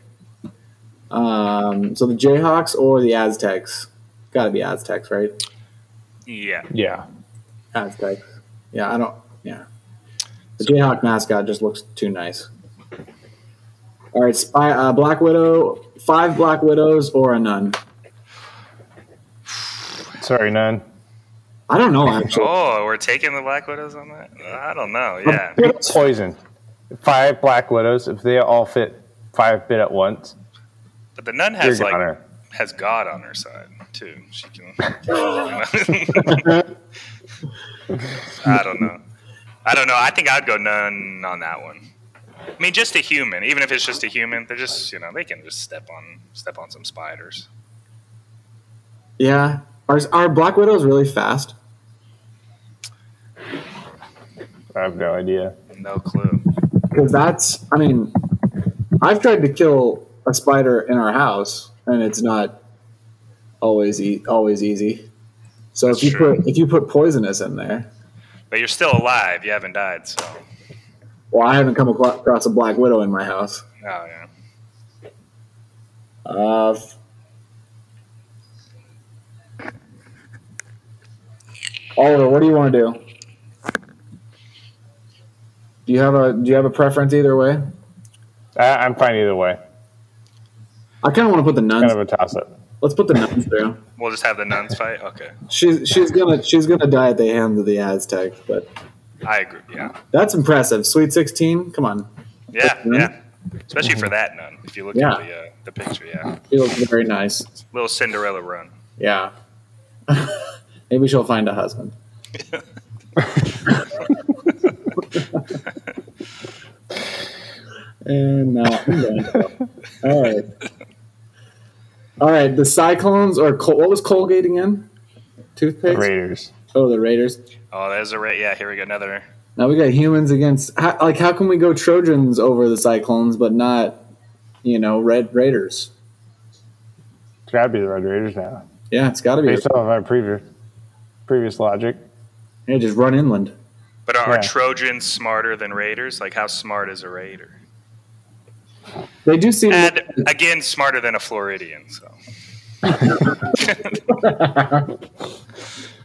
A: Um, so the Jayhawks or the Aztecs? Got to be Aztecs, right?
C: Yeah.
B: Yeah.
A: Aztecs. Yeah, I don't. Yeah, the Jayhawk mascot just looks too nice. All right, spy, uh, Black Widow, five Black Widows or a nun.
B: Sorry, none.
A: I don't know actually.
C: Oh, we're taking the Black Widows on that. I don't know. Yeah.
B: Poison. Five Black Widows. If they all fit five bit at once,
C: But the nun
B: you're
C: has like
B: goner.
C: has God on her side too. She can. I don't know. I don't know. I think I'd go none on that one. I mean, just a human. Even if it's just a human, they're just you know they can just step on step on some spiders.
A: Yeah, are are Black Widows really fast?
B: I have no idea.
C: No clue.
A: Because that's, I mean, I've tried to kill a spider in our house, and it's not always e- always easy. So if
C: That's
A: you
C: true.
A: put if you put poisonous in there,
C: But you're still alive. You haven't died. So oh
A: well, I haven't come aclo- across a black widow in my house.
C: yeah.
A: Uh, f- Oliver, what do you want to do? Do you have a do you have a preference either way?
B: I, I'm fine either way.
A: I kind of want to put the nuns.
B: Kind of a toss up.
A: Let's put the nuns through.
C: We'll just have the nuns fight. Okay,
A: She's she's gonna she's gonna die at the hand of the Aztec, but
C: I agree. Yeah,
A: that's impressive. Sweet sixteen. Come on,
C: yeah,
A: nun?
C: yeah. Especially for that nun. If you look
A: Yeah.
C: at the uh, the picture, yeah,
A: she looks very nice.
C: little Cinderella run.
A: Yeah, maybe she'll find a husband. and now I'm done. All right, all right. The Cyclones or Col- what was Colgate again? Toothpaste.
B: Raiders.
A: Oh, the Raiders.
C: Oh, there's a right. Yeah, here we go. Another.
A: Now we got humans against how, like how can we go Trojans over the Cyclones but not you know Red Raiders?
B: It's got to be the Red Raiders now.
A: Yeah, it's got to be.
B: Based off of our previous previous logic,
A: Yeah, just run inland.
C: But are, are
B: Yeah.
C: Trojans smarter than Raiders? Like, how smart is a Raider?
A: They do seem.
C: And again, smarter than a Floridian. So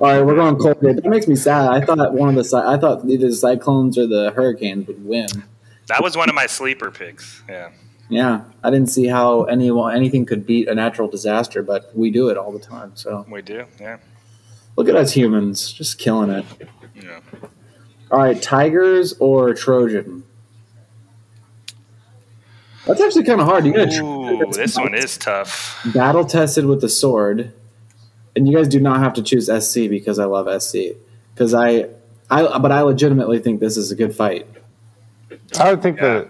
A: All right, we're going Colgate. That makes me sad. I thought one of the Cy- I thought either the Cyclones or the Hurricanes would win.
C: that was one of my sleeper picks. Yeah.
A: Yeah, I didn't see how anyone anything could beat a natural disaster, but we do it all the time. So
C: We do, yeah.
A: look at us humans, just killing it.
C: Yeah.
A: All right, Tigers or Trojan? That's actually kind of hard. You got
C: Ooh, this one is tough.
A: battle tested with the sword, and you guys do not have to choose SC because I love SC because I, I but I legitimately think this is a good fight.
B: I would think the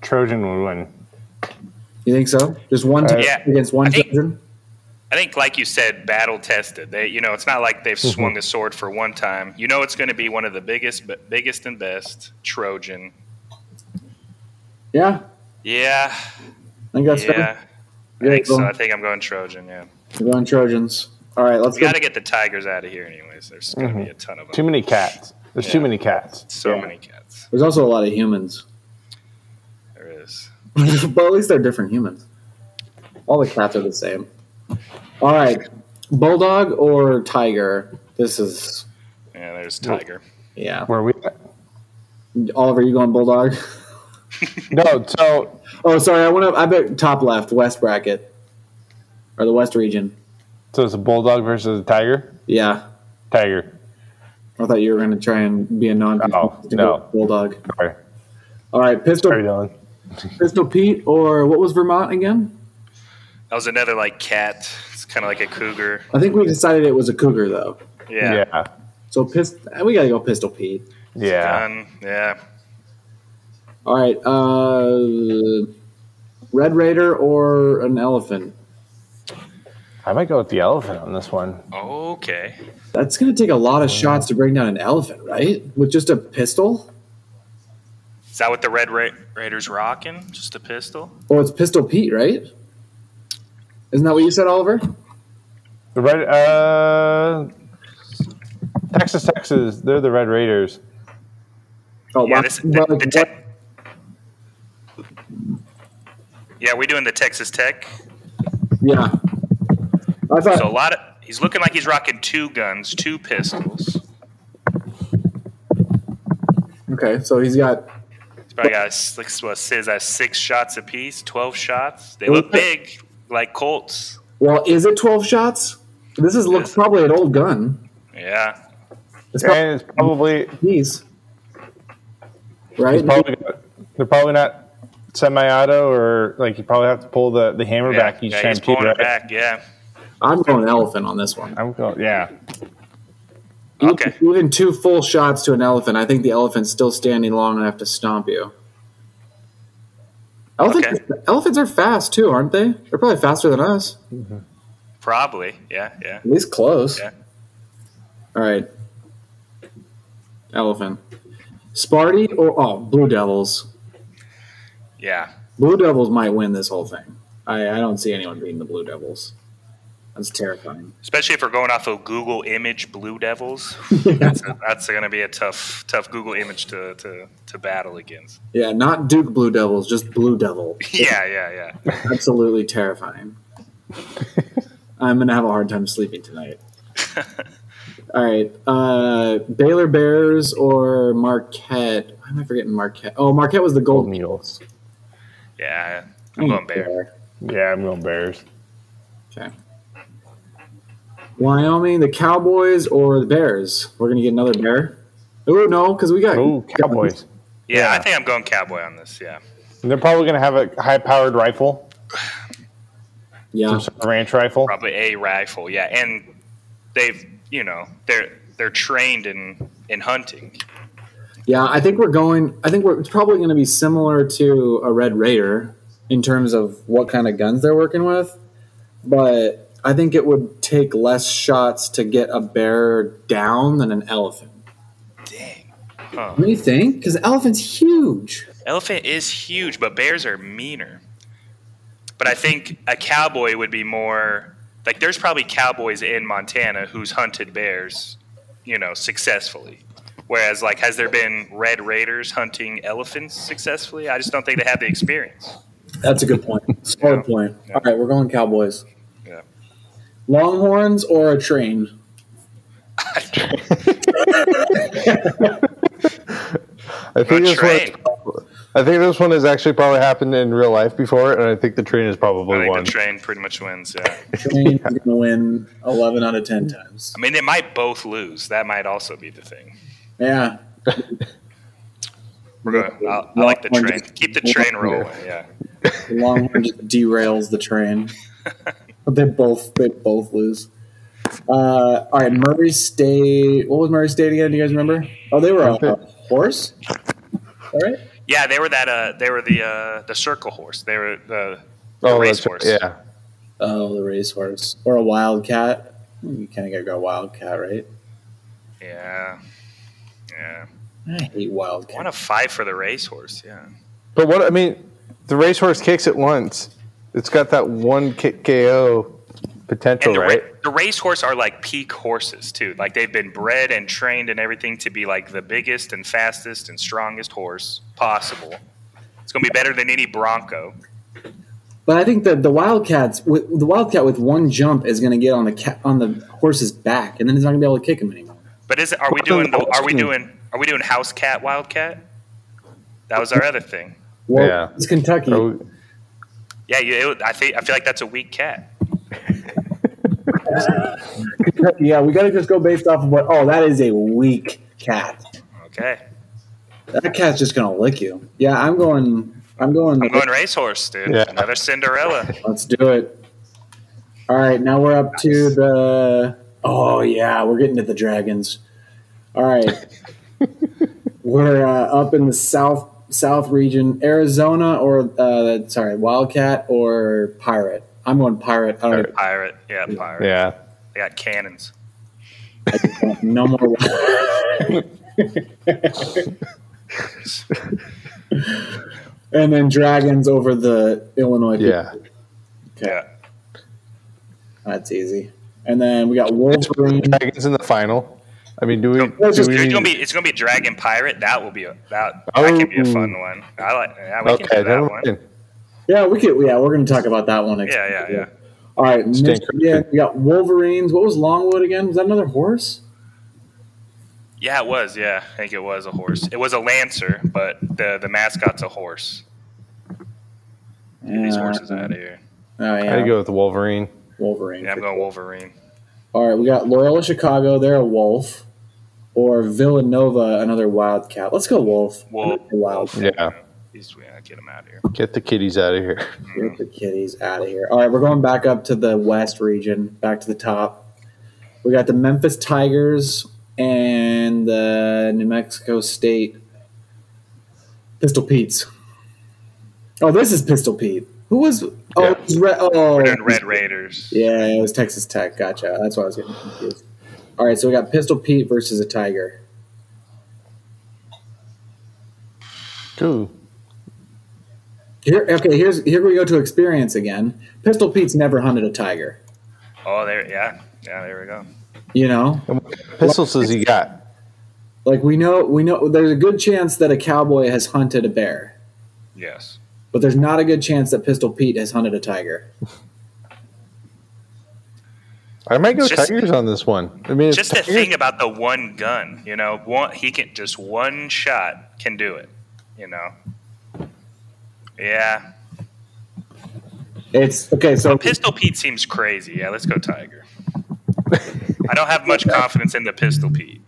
B: Trojan would win.
A: You think so? Just one
B: Uh,
A: Titan
C: Yeah.
A: against one
C: I think-
A: Titan?
C: I think, like you said, battle tested. They, you know, it's not like they've
B: Mm-hmm.
C: swung a sword for one time. You know, it's going to be one of the biggest, b- biggest and best Trojan.
A: Yeah,
C: Yeah,
A: I think that's fair.
C: yeah. I
A: Yeah,
C: think so.
A: go.
C: I think I'm going Trojan. Yeah,
A: We're going Trojans. All right, let's
C: we
A: go.
C: got to get the Tigers out of here, anyways. There's going to be a ton of
B: Mm-hmm. Too
C: them.
B: many cats. There's too
C: Yeah.
B: many cats.
C: So
A: yeah.
C: many cats.
A: There's also a lot of humans,
C: There is.
A: but at least they're different humans. All the cats are the same. All right, bulldog or tiger? This is
C: Yeah, there's Tiger.
A: yeah.
B: Were we?
A: Oliver, you going bulldog?
B: No. So
A: Oh, sorry. I went up. I bet top left, west bracket, or the west region.
B: so it's a bulldog versus a tiger.
A: Yeah,
B: Tiger.
A: I thought you were going to try and be a non
B: Oh, no.
A: bulldog.
B: Sorry,
A: All right,
B: sorry,
A: pistol,
B: Dylan.
A: pistol Pete, or what was Vermont again?
C: That was another like cat. It's kind of like a cougar.
A: I think we decided it was a cougar though.
C: Yeah.
B: Yeah.
A: So pist- we got to go pistol Pete.
B: Yeah.
C: Done. Yeah.
A: All right, uh, red raider or an elephant?
B: I might go with the elephant on this one.
C: Okay.
A: That's going to take a lot
C: Uh,
A: of shots to bring down an elephant, right? With just a pistol?
C: Is that what the Red Ra- Raiders rocking? Just a pistol?
A: Well, it's pistol Pete, right? Isn't that what you said, Oliver?
B: The red. Uh, Texas, Texas. They're the Red Raiders.
A: Oh,
C: Yeah,
A: wow.
C: this,
A: But
C: the, the
A: what-
C: Tec- yeah, we doing the Texas Tech.
A: Yeah. I thought
C: So a lot of he's looking like he's rocking two guns, two pistols.
A: okay, so he's got
C: He's probably got six, what says that six shots apiece, twelve shots. They look big, like Colts.
A: well, is it twelve shots? This is looks
C: Yes. Eh.
A: probably an old gun.
C: Yeah,
A: It's probably
B: And it's probably
A: these. Right?
B: It's probably they're probably not semi-auto or like you probably have to pull the, the hammer
C: yeah,
B: back each
C: yeah,
B: time.
C: he's
B: too,
C: pulling it
B: right?
C: back. Yeah,
A: I'm going elephant on this one.
B: I'm going. Yeah,
C: okay.
A: Even two full shots to an elephant, I think the elephant's still standing long enough to stomp you. Elephants,
C: Okay.
A: elephants are fast too, aren't they? They're probably faster than us.
C: Probably. Yeah, yeah.
A: At least close.
C: Yeah.
A: All right. Elephant. Sparty or oh, Blue Devils.
C: Yeah.
A: Blue Devils might win this whole thing. I, I don't see anyone beating the Blue Devils. That's terrifying.
C: Especially if we're going off of Google image Blue Devils. That's, that's going to be a tough, tough Google image to, to, to battle against.
A: Yeah, not Duke Blue Devils, just Blue Devil.
C: Yeah, yeah, yeah.
A: Absolutely terrifying. I'm gonna have a hard time sleeping tonight. All right, uh, Baylor Bears or Marquette? Why am I forgetting Marquette? Oh, Marquette was the Gold
B: mules.
C: Yeah, I'm going Bears.
B: Yeah, I'm going Bears.
A: Okay. Wyoming, the Cowboys or the Bears? We're gonna get another bear. Oh no, because we got
B: Ooh, Cowboys.
C: Yeah, I
B: Yeah.
C: think I'm going Cowboy on this. Yeah,
B: And they're probably going to have a high-powered rifle,
A: Yeah,
B: some sort of ranch rifle.
C: probably a rifle. Yeah, and they've you know they're they're trained in in hunting.
A: yeah. I think we're going. I think we're it's probably going to be similar to a Red Raider in terms of what kind of guns they're working with, but I think it would take less shots to get a bear down than an elephant.
C: Dang. Huh.
A: What do you think? Because elephant's huge.
C: Elephant is huge, but bears are meaner. But I think a cowboy would be more like there's probably cowboys in Montana who's hunted bears, you know, successfully. Whereas, like, has there been red raiders hunting elephants successfully? I just don't think they have the experience.
A: That's a good point. Solid
C: Yeah.
A: point. All right, we're going Cowboys.
C: Yeah.
A: Longhorns or a train?
B: I think
C: A
B: this one's
C: train.
B: I think this one has actually probably happened in real life before, and I think the train is
C: I
B: probably
C: think
B: one.
C: the train pretty much wins. Yeah.
A: Train is going to win 11 out of 10 times.
C: I mean, they might both lose. That might also be the thing.
A: Yeah.
C: We're going. I I like the train. Keep the train rolling. Yeah.
A: The Longhorn just derails the train. But they both they both lose. Uh, all right, Murray State. What was Murray State again? Do you guys remember? Oh, they were a, a horse. All right.
C: Yeah, they were that. Uh, they were the uh, the circle horse. They were the, the
B: Oh, that's
C: racehorse.
B: right. Yeah.
A: Oh, the racehorse or a wildcat. Hmm, You kind of got to go wildcat, right?
C: Yeah. Yeah.
A: I hate
C: I
A: wildcat.
C: want to fight for the racehorse. Yeah.
B: But what I mean, the racehorse kicks it once. It's got that one kick KO potential,
C: And the, ra-
B: right?
C: the racehorse are like peak horses, too. Like they've been bred and trained and everything to be like the biggest and fastest and strongest horse possible. It's going to be better than any Bronco.
A: But I think that the wildcats, with, the wildcat with one jump is going to get on the cat on the horse's back, and then he's not going to be able to kick him anymore.
C: But is it, are we
B: What's on
C: doing
B: the
C: the, are we
B: horse?
C: doing are we doing house cat wildcat? That was our other thing.
A: Well,
B: Yeah.
A: it's Kentucky.
B: Oh,
C: Yeah, you, it, I think I feel like that's a weak cat.
A: Yeah, we got to just go based off of what. Oh, that is a weak cat.
C: Okay,
A: That cat's just going to lick you. Yeah, I'm going. I'm going.
C: I'm going racehorse, dude.
B: Yeah.
C: Another Cinderella.
A: Let's do it. All right, now we're up to the. Oh yeah, we're getting to the dragons. All right, we're uh, up in the south south region, Arizona or uh, sorry, Wildcat or Pirate. I'm going Pirate. I don't
C: Pirate, yeah, pirate.
B: yeah.
C: They got cannons.
A: know, no more. Wild- and then dragons over the Illinois. people.
B: Yeah.
C: Yeah.
A: that's easy. And then we got Wolverine.
B: Dragons in the final. I mean, do we?
A: No,
B: do
A: just-
B: we
C: It's gonna be
B: need,
C: it's gonna be Dragon Pirate. That will be a that that could be a fun
B: Oh.
C: one. I like yeah, we
B: okay,
C: can do that
B: never
C: one.
B: mind.
A: Yeah, we could. Yeah, we're going to talk about that one.
C: Yeah, yeah, yeah.
A: All right,
B: Stay
A: Michigan. We got Wolverines. What was Longwood again? Was that another horse?
C: Yeah, it was, yeah. I think it was a horse. It was a lancer, but the the mascot's a horse. Get these
A: Yeah.
C: horses out of here.
A: Oh
B: I
A: yeah,
B: go with the Wolverine.
A: Wolverine.
C: Yeah, I'm going Wolverine.
A: All right, we got Loyola Chicago. They're a wolf, or Villanova, another wildcat. Let's go wolf.
C: Wolf.
A: Wild.
B: Yeah.
C: These we gotta get them out of here.
B: Get the kitties out of here.
A: Get the kitties out of here. All right, we're going back up to the west region, back to the top. We got the Memphis Tigers and the New Mexico State Pistol Pete's. Oh, this is Pistol Pete. Who was? Oh,
B: Yeah.
A: it was Red, oh
C: We're doing Red Raiders.
A: yeah, it was Texas Tech. Gotcha. That's why I was getting confused. All right, so we got Pistol Pete versus a Tiger.
B: Ooh.
A: Here, okay, here's here we go to experience again. Pistol Pete's never hunted a tiger.
C: Oh there yeah. Yeah, there we go.
A: You know,
B: And what pistols does he got?
A: Like we know, we know there's a good chance that a cowboy has hunted a bear,
C: Yes.
A: but there's not a good chance that Pistol Pete has hunted a tiger.
B: I might go
C: Just-
B: Tigers on this one. I mean, it's
C: Just the
B: Tigers.
C: thing about the one gun, you know, one he can just one shot can do it. You know. Yeah.
A: It's okay. So
C: But Pistol Pete seems crazy. Yeah, let's go Tiger. I don't have much confidence in the Pistol Pete.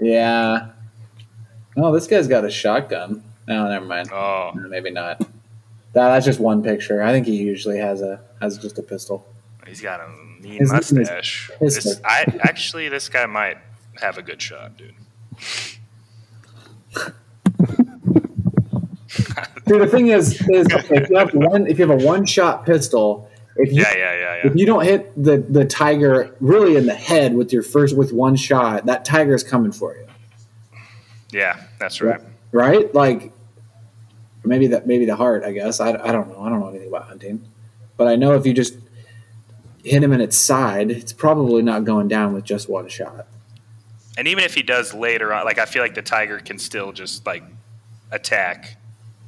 A: yeah. Oh, this guy's got a shotgun. No, never mind.
C: Oh,
A: No, Maybe not. That, that's just one picture. I think he usually has a has just a pistol.
C: he's got a mean
A: His name is
C: mustache.
A: Pistol.
C: This, I actually, this guy might have a good shot, dude.
A: Dude, the thing is, is okay, if you have one, if you have a one shot pistol, if you
C: Yeah, yeah, yeah, yeah.
A: if you don't hit the the tiger really in the head with your first with one shot, that tiger is coming for you,
C: Yeah, that's right.
A: right? Like maybe that maybe the heart. I guess I, I don't know. I don't know anything about hunting, but I know if you just hit him in its side, it's probably not going down with just one shot.
C: And even if he does later on, like I feel like the tiger can still just like attack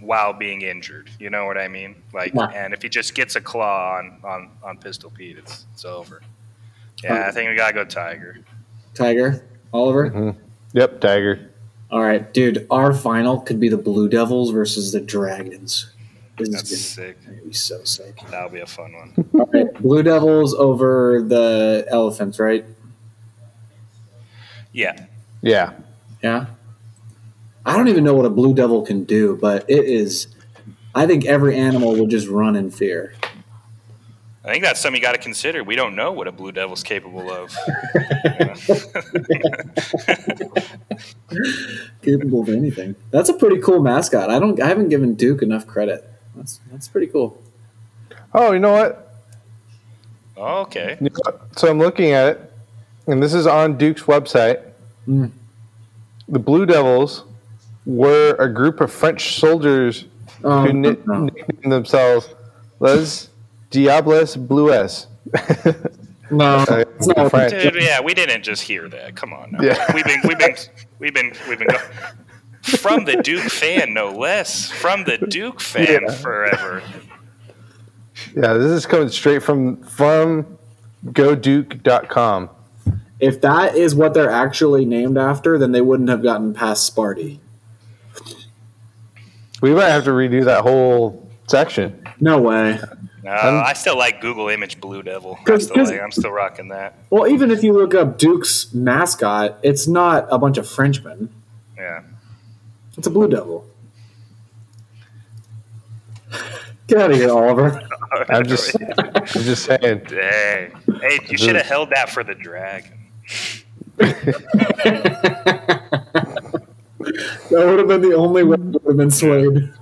C: while being injured. You know what I mean? Like,
A: Yeah.
C: and if he just gets a claw on on on Pistol Pete, it's it's over. Yeah, I think we gotta go tiger.
A: Tiger Oliver.
B: Yep, Tiger.
A: All right, dude. Our final could be the Blue Devils versus the Dragons. This
C: That's
A: is
C: sick.
A: gonna be so sick.
C: That'll be a fun one.
A: All right, Blue Devils over the Elephants, right?
C: Yeah,
B: Yeah.
A: Yeah. I don't even know what a blue devil can do, but it is. I think every animal would just run in fear.
C: I think that's something you got to consider. We don't know what a blue devil's capable of.
A: Capable of anything. That's a pretty cool mascot. I don't. I haven't given Duke enough credit. That's that's pretty cool.
B: Oh, you know what?
C: okay.
B: You know what? So I'm looking at it, and this is on Duke's website.
A: Hmm.
B: The Blue Devils were a group of French soldiers
A: Um,
B: who ni-
A: no.
B: nicknamed themselves Les Diables Blues.
A: No,
B: Uh,
A: it's not
B: Frank.
C: Dude, yeah, we didn't just hear that. Come on, now.
B: Yeah.
C: we've been, we've been, we've been, we've been going from the Duke fan, no less, from the Duke fan
B: Yeah.
C: forever.
B: yeah, this is coming straight from from GoDuke.com.
A: If that is what they're actually named after, then they wouldn't have gotten past Sparty.
B: We might have to redo that whole section.
A: No way.
C: No, I still like Google Image Blue Devil. I
A: Cause-
C: still
A: cause-
C: like, I'm still rocking that.
A: Well, even if you look up Duke's mascot, it's not a bunch of Frenchmen.
C: Yeah,
A: It's a blue devil. Get out of here, Oliver.
B: I'm just, I'm just saying.
C: dang. Hey, you should have held that for the dragon.
A: That would have been the only way I would have been swayed.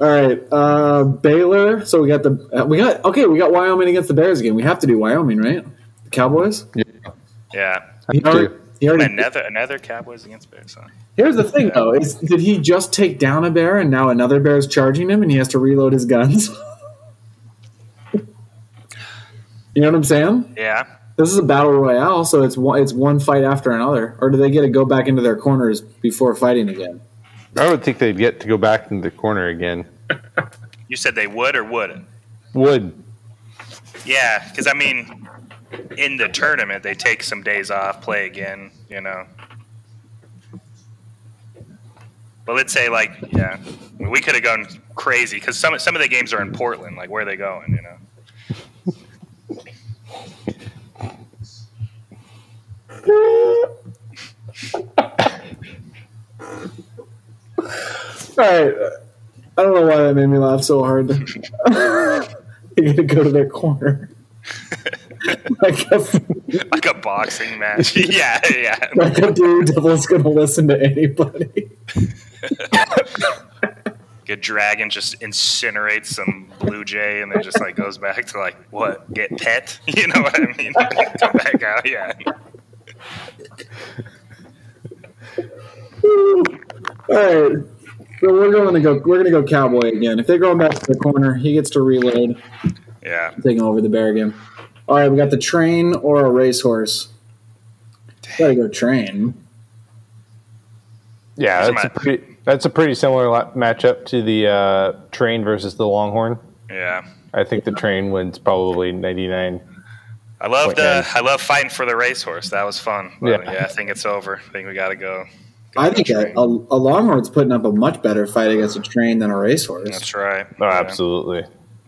A: All right, uh, Baylor. So we got the uh, we got okay. We got Wyoming against the Bears again. We have to do Wyoming, right? The Cowboys.
C: Yeah,
A: He already, he already-
C: another another Cowboys against Bears. Huh?
A: here's the thing, though: is did he just take down a bear and now another bear is charging him and he has to reload his guns? you know what I'm saying?
C: Yeah,
A: This is a battle royale, so it's one it's one fight after another. Or do they get to go back into their corners before fighting again?
B: I would think they'd get to go back into the corner again.
C: you said they would or wouldn't.
B: Would
C: Yeah, because I mean, in the tournament, they take some days off, play again, you know. But let's say, like, yeah, we could have gone crazy because some some of the games are in Portland. Like, where are they going? You know.
A: All right, I don't know why that made me laugh so hard. they get to go to their corner. like a,
C: Like a boxing match. yeah, yeah.
A: like a daredevil's gonna listen to anybody.
C: Like a dragon just incinerates some blue jay and then just like goes back to like what? Get pet? You know what I mean? Come back out. Yeah.
A: All right, so we're going to go. We're going to go cowboy again. If they're going back to the corner, he gets to reload,
C: Yeah.
A: taking over the bear again. All right, we got the train or a racehorse. Gotta go train.
B: yeah,
C: Doesn't
B: that's a
C: matter.
B: pretty that's a pretty similar la- matchup to the uh, train versus the Longhorn.
C: Yeah.
B: I think the train wins probably ninety nine.
C: I loved
B: Wait,
C: uh,
B: guys.
C: I love fighting for the racehorse. That was fun. But,
B: Yeah.
C: yeah. I think it's over. I think we got to go
A: I think a, a, a longhorn's putting up a much better fight against a train than a racehorse.
C: That's right.
B: Oh, absolutely.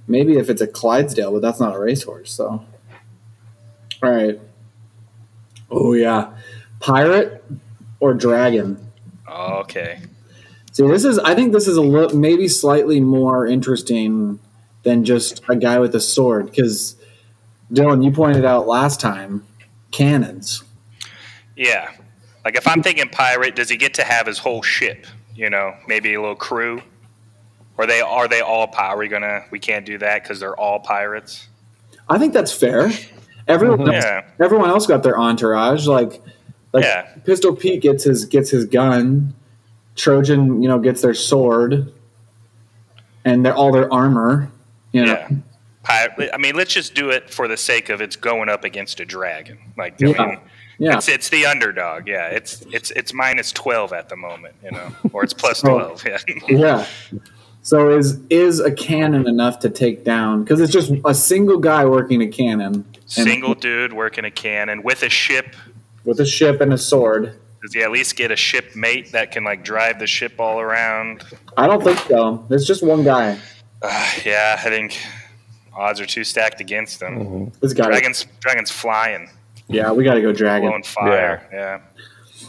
A: Maybe if it's a Clydesdale, but that's not a racehorse. So, all right. Oh yeah, pirate or dragon.
C: Oh, okay.
A: See, this is I think this is a little maybe slightly more interesting than just a guy with a sword because Dylan, you pointed out last time cannons.
C: Yeah. Like if I'm thinking pirate, does he get to have his whole ship? You know, maybe a little crew. Or they are they all pirate? We gonna we can't do that because they're all pirates.
A: I think that's fair. Everyone, else,
C: Mm-hmm. Yeah.
A: everyone else got their entourage. Like, like
C: Yeah.
A: Pistol Pete gets his gets his gun. Trojan, you know, gets their sword, and their all their armor. You know,
C: Yeah. Pirate. I mean, let's just do it for the sake of it's going up against a dragon. Like, I
A: Yeah.
C: mean,
A: yeah.
C: it's it's the underdog. Yeah, it's it's it's minus twelve at the moment, you know, or it's plus
A: Oh.
C: twelve. Yeah,
A: Yeah. So is is a cannon enough to take down? Because it's just a single guy working a cannon, and
C: single dude working a cannon with a ship.
A: with a ship and a sword.
C: Does he at least get a ship mate that can like drive the ship all around?
A: I don't think so. There's just one guy.
C: Uh, yeah, I think odds are too stacked against him.
B: Mm. Mm-hmm.
A: This guy.
C: Dragons, dragons flying,
A: Yeah, we got to go dragon.
C: blowing fire. Yeah.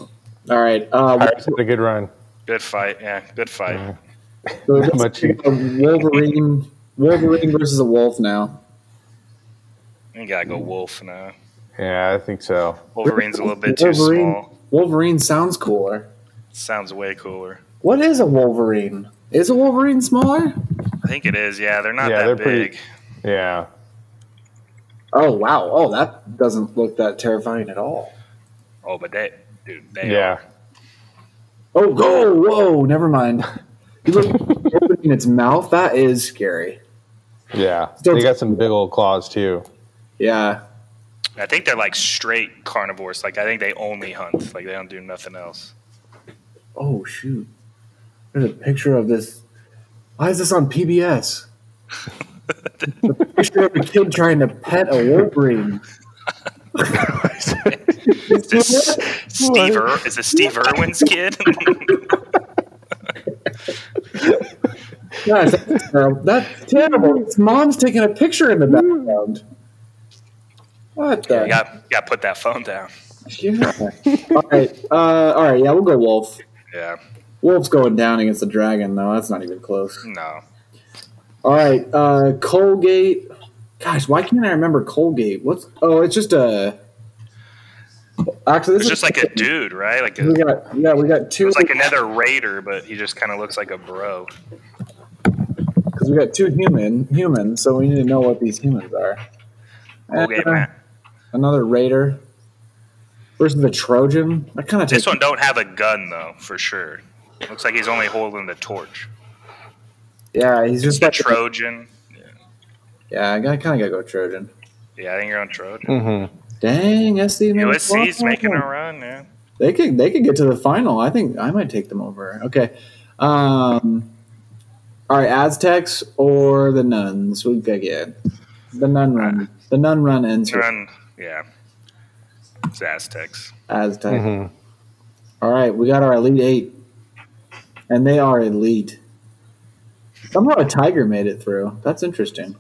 A: All right. Uh,
B: Pirates had a good run.
C: good fight. Yeah, good fight.
A: so this
B: How much
A: is a Wolverine. Wolverine versus a wolf now.
C: You gotta go wolf now.
B: Yeah, I think so.
C: Wolverine's a little bit too
A: Wolverine-
C: small.
A: Wolverine sounds cooler.
C: Sounds way cooler.
A: What is a Wolverine? Is a Wolverine smaller?
C: I think it is. Yeah, they're not
B: Yeah, they're
C: that
B: pretty-
C: big.
B: Yeah.
A: Oh wow! Oh, that doesn't look that terrifying at all.
C: Oh, but they, dude, they
B: Yeah.
A: Oh, go! Whoa! Never mind. You look opening its mouth. That is scary.
B: Yeah.
A: So-
B: They got some big old claws too.
A: Yeah.
C: are. I think they're like straight carnivores. Like I think they only hunt. Like they don't do nothing else.
A: Oh shoot! There's a picture of this. Why is this on PBS? a picture of a kid trying to pet a wolverine.
C: Is this Steve? Ir- is this Steve Irwin's kid?
A: Guys, that's terrible. That's terrible. His mom's taking a picture in the background. What
C: you
A: the?
C: got you got to put that phone down.
A: Yeah. All right. Uh, all right. Yeah, we'll go wolf.
C: Yeah.
A: Wolf's going down against the dragon, though. That's not even close.
C: No.
A: All right, uh, Colgate. Gosh, why can't I remember Colgate? What's oh, it's just a. Actually, this
C: It's
A: is
C: just like a dude, right? Like a,
A: We
C: it
A: got yeah, we got two
C: was like another raider, but he just kind of looks like a bro.
A: because we got two human humans, so we need to know what these humans are.
C: Okay,
A: Uh,
C: man.
A: Another raider versus the Trojan. I kind of
C: This
A: take
C: one don't have a gun though, for sure. Looks like he's only holding the torch.
A: yeah, he's just
C: The
A: like
C: Trojan.
A: yeah, I kind of gotta go Trojan.
C: Yeah, I think you're on Trojan.
B: Mm-hmm.
A: Dang, SC made it far.
C: USC's making a run. Yeah.
A: They could they could get to the final. I think I might take them over. Okay. Um, all right, Aztecs or the nuns? We could get the nun run. The nun run ends here.
C: Uh, Run. Yeah. It's Aztecs.
B: Mm-hmm.
A: Aztecs. All right, we got our elite eight, and they are elite. Somehow a tiger made it through. That's interesting.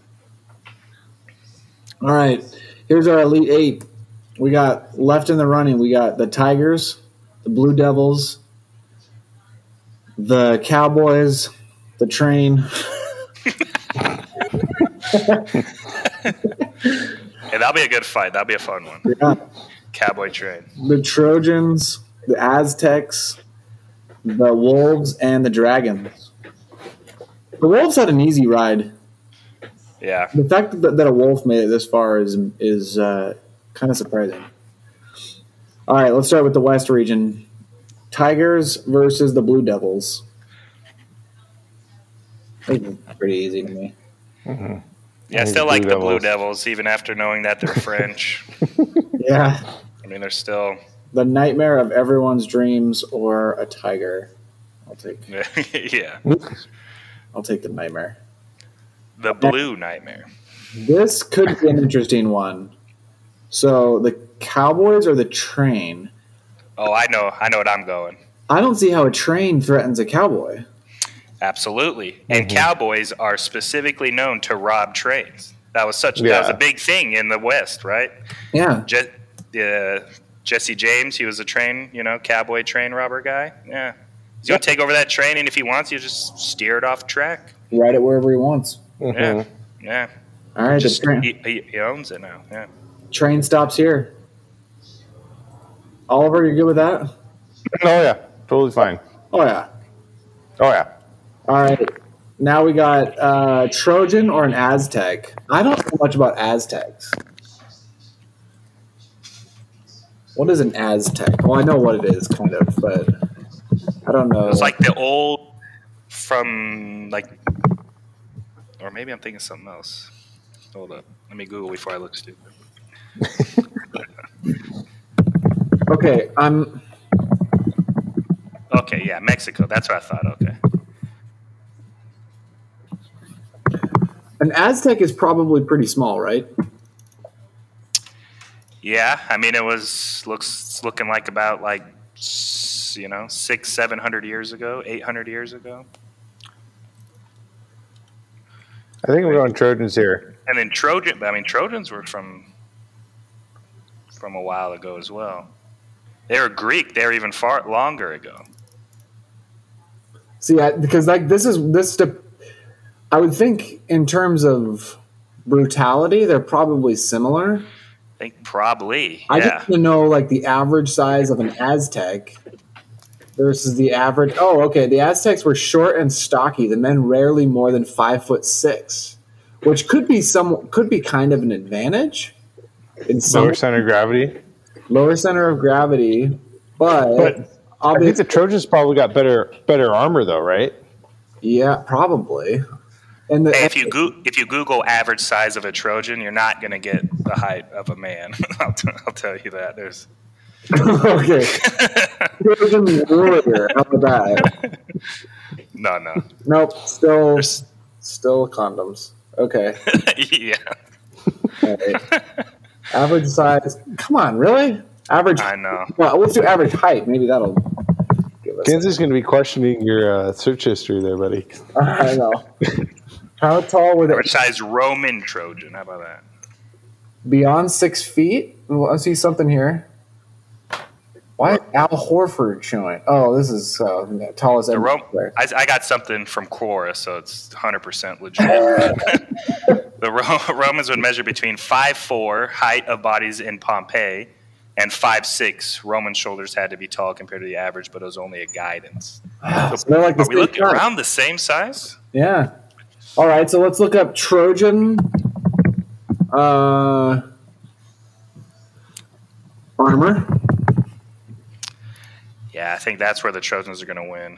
A: All right, here's our elite eight. We got left in the running. We got the Tigers, the Blue Devils, the Cowboys, the Train.
C: Yeah, that'll be a good fight. That'll be a fun one.
A: Yeah.
C: Cowboy train.
A: the Trojans, the Aztecs, the Wolves, and the Dragons. The Wolves had an easy ride.
C: Yeah.
A: The fact that, that a wolf made it this far is is uh, kind of surprising. All right, let's start with the West region. Tigers versus the Blue Devils. This is Pretty easy to me.
C: Yeah, I
B: These
C: still
B: Blue
C: like the Blue
B: Devils.
C: Devils, even after knowing that they're French.
A: Yeah,
C: I mean, they're still.
A: the nightmare of everyone's dreams or a tiger. I'll take
C: yeah.
A: I'll take the nightmare.
C: The Blue Nightmare.
A: This could be an interesting one. So the Cowboys or the train?
C: Oh, I know. I know what I'm going.
A: I don't see how a train threatens a cowboy.
C: Absolutely. And
B: Mm-hmm.
C: cowboys are specifically known to rob trains. That was such that was
B: Yeah.
C: a big thing in the West, right?
A: Yeah.
C: Je- uh, Jesse James, he was a train, you know, cowboy train robber guy. Yeah. He's going to take over that train, and if he wants, he'll just steer it off track.
A: Ride it wherever he wants.
B: Mm-hmm.
C: Yeah. Yeah.
A: All right.
C: Just,
A: the train,
C: he, he, he owns it now. Yeah.
A: train stops here. Oliver, you good with that?
B: Oh yeah, totally fine.
A: Oh, yeah.
B: Oh yeah.
A: All right. Now we got uh, Trojan or an Aztec. I don't know much about Aztecs. What is an Aztec? Well, I know what it is, kind of, but I don't know.
C: It's like the old from like, or maybe I'm thinking something else. Hold up, let me Google before I look stupid.
A: okay, um, I'm
C: Okay, yeah, Mexico. That's what I thought. Okay,
A: an Aztec is probably pretty small, right?
C: yeah. I mean, it was looks it's looking like about like s- you know six, seven hundred years ago, eight hundred years ago,
B: I think we're on Trojans here.
C: and then Trojan. I mean, Trojans were from from a while ago as well. They were Greek. They were even far longer ago.
A: See, I, because like this is this. De- I would think in terms of brutality, they're probably similar.
C: I think probably.
A: I
C: yeah.
A: just want to know like the average size of an Aztec versus the average. Oh, okay. The Aztecs were short and stocky. The men rarely more than five foot six, which could be some could be kind of an advantage in some
B: Lower center of gravity.
A: lower center of gravity, but,
B: But I think the
A: obviously,
B: Trojans probably got better better armor though, right?
A: yeah, probably. And the,
C: Hey, if you go- if you Google average size of a Trojan, you're not going to get the height of a man. I'll, t- I'll tell you that. There's
A: okay, Trojan warrior, how about that?
C: no, no.
A: Nope, still,
C: There's,
A: still condoms. Okay.
C: yeah,
A: Alright. average size. Come on, really? Average.
C: I know.
A: Well, let's do average height. Maybe that'll give us.
B: Kansas is going to be questioning your uh, search history there, buddy.
A: I know. How tall would
C: Average
A: it
C: size Roman Trojan. How about that?
A: beyond six feet? Well, I see something here. Why is Al Horford showing? Oh, this is uh, tallest
C: The
A: ever
C: Ro-
A: player.
C: I, I got something from Quora, so it's 100 percent legit. the Ro- Romans would measure between five four height of bodies in Pompeii and five six. Roman shoulders had to be tall compared to the average, but it was only a guidance.
A: So they're like the
C: Are
A: same
C: we looking
A: size.
C: around the same size?
A: Yeah. All right, so let's look up Trojan uh, armor.
C: Yeah, I think that's where the Trojans are going to win.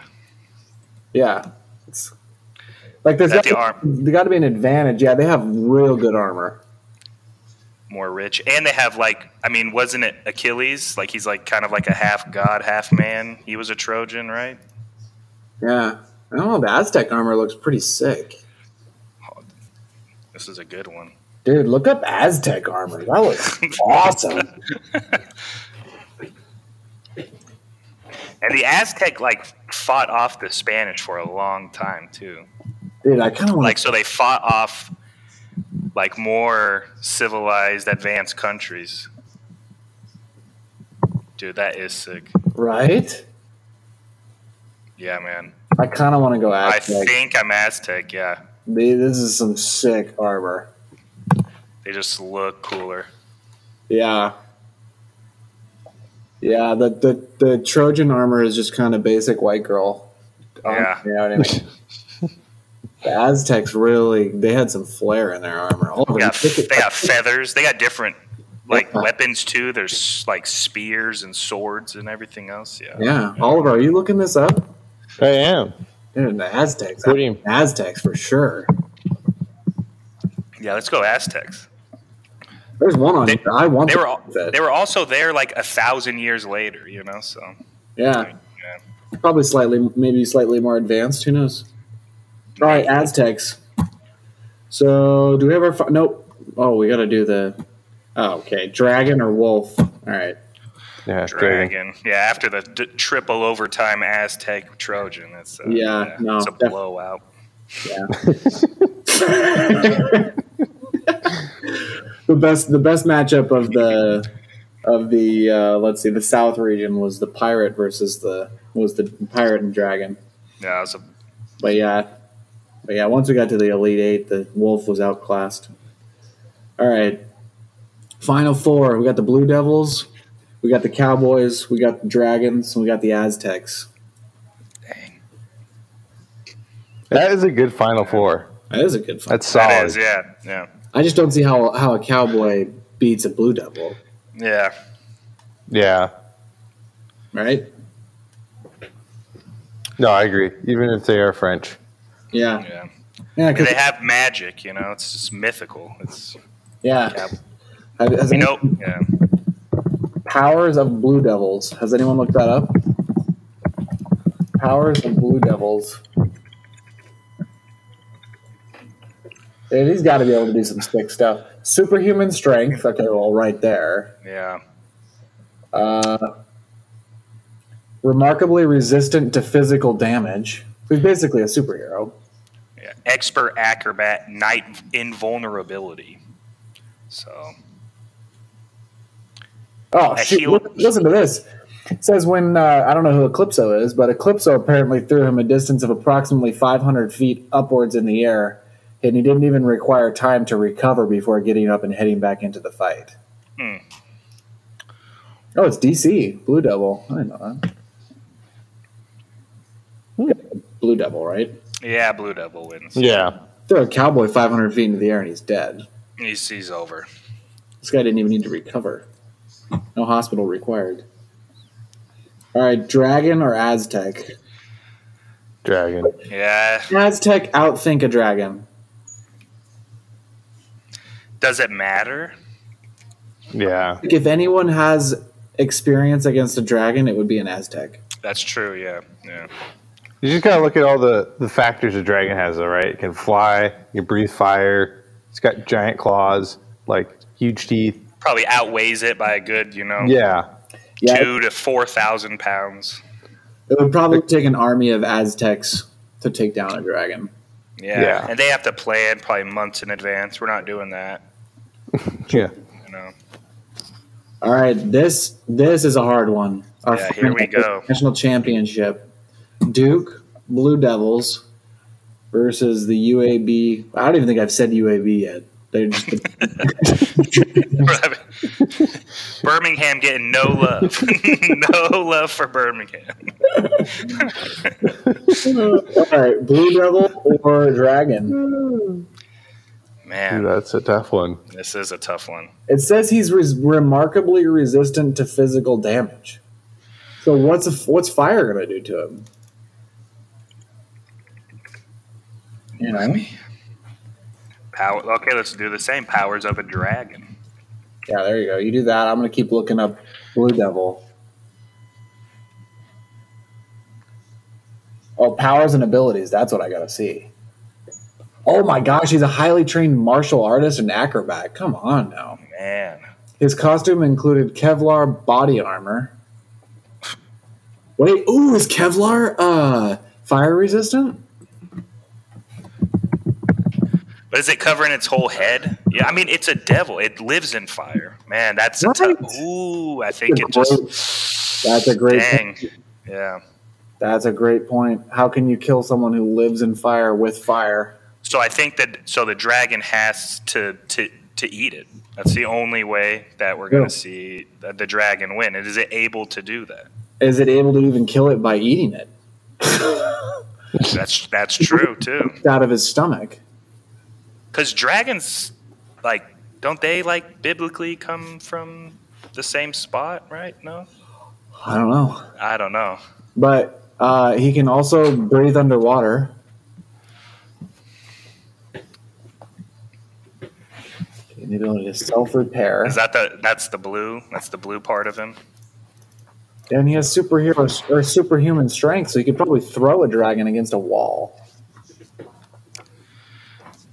A: Yeah. It's, like there's
C: Is
A: got
C: that the
A: to,
C: arm?
A: there got to be an advantage. Yeah, they have real good armor.
C: More rich, and they have like, I mean, wasn't it Achilles? Like he's like kind of like a half god, half man. He was a Trojan, right?
A: Yeah. I don't know. The Aztec armor looks pretty sick.
C: This is a good one.
A: Dude, look up Aztec armor. That looks awesome.
C: And the Aztec like fought off the Spanish for a long time too.
A: Dude, I kind of want
C: Like
A: to.
C: so, they fought off like more civilized, advanced countries. Dude, that is sick.
A: Right?
C: Yeah, man.
A: I kind of want to go
C: I
A: Aztec.
C: think I'm Aztec. Yeah,
A: Dude, this is some sick armor.
C: they just look cooler.
A: Yeah. Yeah, the, the, the Trojan armor is just kind of basic white girl. armor,
C: Yeah.
A: You know what I mean? the Aztecs really, they had some flair in their armor. Oliver,
C: They
A: you
C: got,
A: pick it-
C: they got feathers. They got different like
A: Yeah.
C: weapons too. There's like spears and swords and everything else. Yeah.
A: Yeah, Oliver, are you looking this up?
B: I am.
A: Dude, the Aztecs.
B: What do you-
A: Aztecs for sure.
C: Yeah. Let's go Aztecs.
A: There's one on
C: They-
A: here. I want
C: They
A: to
C: were all,
A: look at it.
C: they were also there like a thousand years later. You know. So
A: yeah, probably slightly, maybe slightly more advanced. Who knows? All right, Aztecs. So, do we have our? Fi- nope. Oh, we got to do the. Oh, okay. Dragon or wolf? All right.
B: Yeah, Dragon.
C: Dragon. Yeah, after the d- triple overtime Aztec Trojan, it's uh,
A: Yeah, no,
C: it's a
A: def-
C: blowout.
A: the best the best matchup of the of the uh, let's see the South region was the pirate versus the was the pirate and dragon.
C: Yeah, it was a
A: But yeah, but yeah. Once we got to the elite eight, the wolf was outclassed. All right, final four. We got the Blue Devils, we got the Cowboys, we got the Dragons, and we got the Aztecs.
C: dang.
B: That is a good final four.
A: That is a good fight.
B: That's solid.
C: That is, yeah, yeah,
A: I just don't see how how a Cowboy beats a Blue Devil,
C: yeah.
B: yeah.
A: right?
B: No, I agree. Even if they are French.
A: Yeah,
C: yeah.
A: yeah, 'cause-
C: They have magic, you know. It's just mythical. It's
A: yeah.
C: yeah.
A: Has- has
C: you
A: any-
C: know, yeah.
A: Powers of Blue Devils. Has anyone looked that up? Powers of Blue Devils. Yeah, he's got to be able to do some sick stuff. Superhuman strength. Okay, well, right there.
C: Yeah.
A: Uh, remarkably resistant to physical damage. He's basically a superhero.
C: yeah. Expert acrobat, night invulnerability. So
A: Oh,
C: A
A: shoot.
C: heel.
A: Look- Listen to this. It says when, uh, I don't know who Eclipso is, but Eclipso apparently threw him a distance of approximately 500 feet upwards in the air, and he didn't even require time to recover before getting up and heading back into the fight.
C: Hmm.
A: Oh, it's DC, Blue Devil. I didn't know that. Blue Devil, right?
C: yeah, Blue Devil wins.
B: Yeah.
A: Throw a cowboy 500 feet into the air and he's dead.
C: He's, he's over.
A: This guy didn't even need to recover. No hospital required. All right, dragon or Aztec?
B: Dragon.
C: Yeah.
A: Aztec outthink a dragon.
C: Does it matter?
B: Yeah.
A: Like, if anyone has experience against a dragon, it would be an Aztec.
C: That's true. Yeah. Yeah.
B: You just gotta look at all the, the factors a dragon has, though, right? It can fly, it can breathe fire, it's got giant claws, like huge teeth.
C: Probably outweighs it by a good, you
B: Oh.
C: know,
B: Yeah.
A: Yeah, it,
C: two to four thousand pounds.
A: it would probably take an army of Aztecs to take down a dragon.
C: Yeah.
B: Yeah.
C: And they have to plan probably months in advance. We're not doing that.
B: Yeah.
C: You know.
A: All right, this this is a hard one. Our
C: Yeah, here we
A: final
C: go.
A: National championship. Duke Blue Devils versus the UAB. I don't even think I've said UAB yet. They're just the
C: Birmingham getting no love. no love for Birmingham.
A: All right, Blue Devil or Dragon?
B: Dude,
C: Man,
B: that's a tough one.
C: this is a tough one.
A: It says he's res- remarkably resistant to physical damage. So what's a, what's fire going to do to him? You know,
C: Power. Okay, let's do the same. Powers of a dragon.
A: yeah, there you go. You do that. I'm going to keep looking up Blue Devil. Oh, powers and abilities. That's what I got to see. Oh my gosh, he's a highly trained martial artist and acrobat. Come on now.
C: Man,
A: His costume included Kevlar body armor. Wait, ooh, is Kevlar uh fire resistant?
C: but is it covering its whole head? Yeah, I mean it's a devil. It lives in fire. Man, that's a tough.
A: Right.
C: Ooh, I think it
A: That's a
C: just.
A: great, that's a great
C: Dang. Yeah.
A: that's a great point. How can you kill someone who lives in fire with fire?
C: So I think that so the dragon has to to to eat it. That's the only way that we're going
A: Yeah.
C: to see the, the dragon win. And Is it able to do that?
A: Is it able to even kill it by eating it
C: That's that's true too.
A: out of his stomach?
C: Because dragons, like, don't they like biblically come from the same spot? Right? No,
A: I don't know.
C: I don't know.
A: But uh, he can also breathe underwater. The ability to self repair.
C: Is that the that's the blue? That's the blue part of him.
A: And he has superhero or superhuman strength, so he could probably throw a dragon against a wall.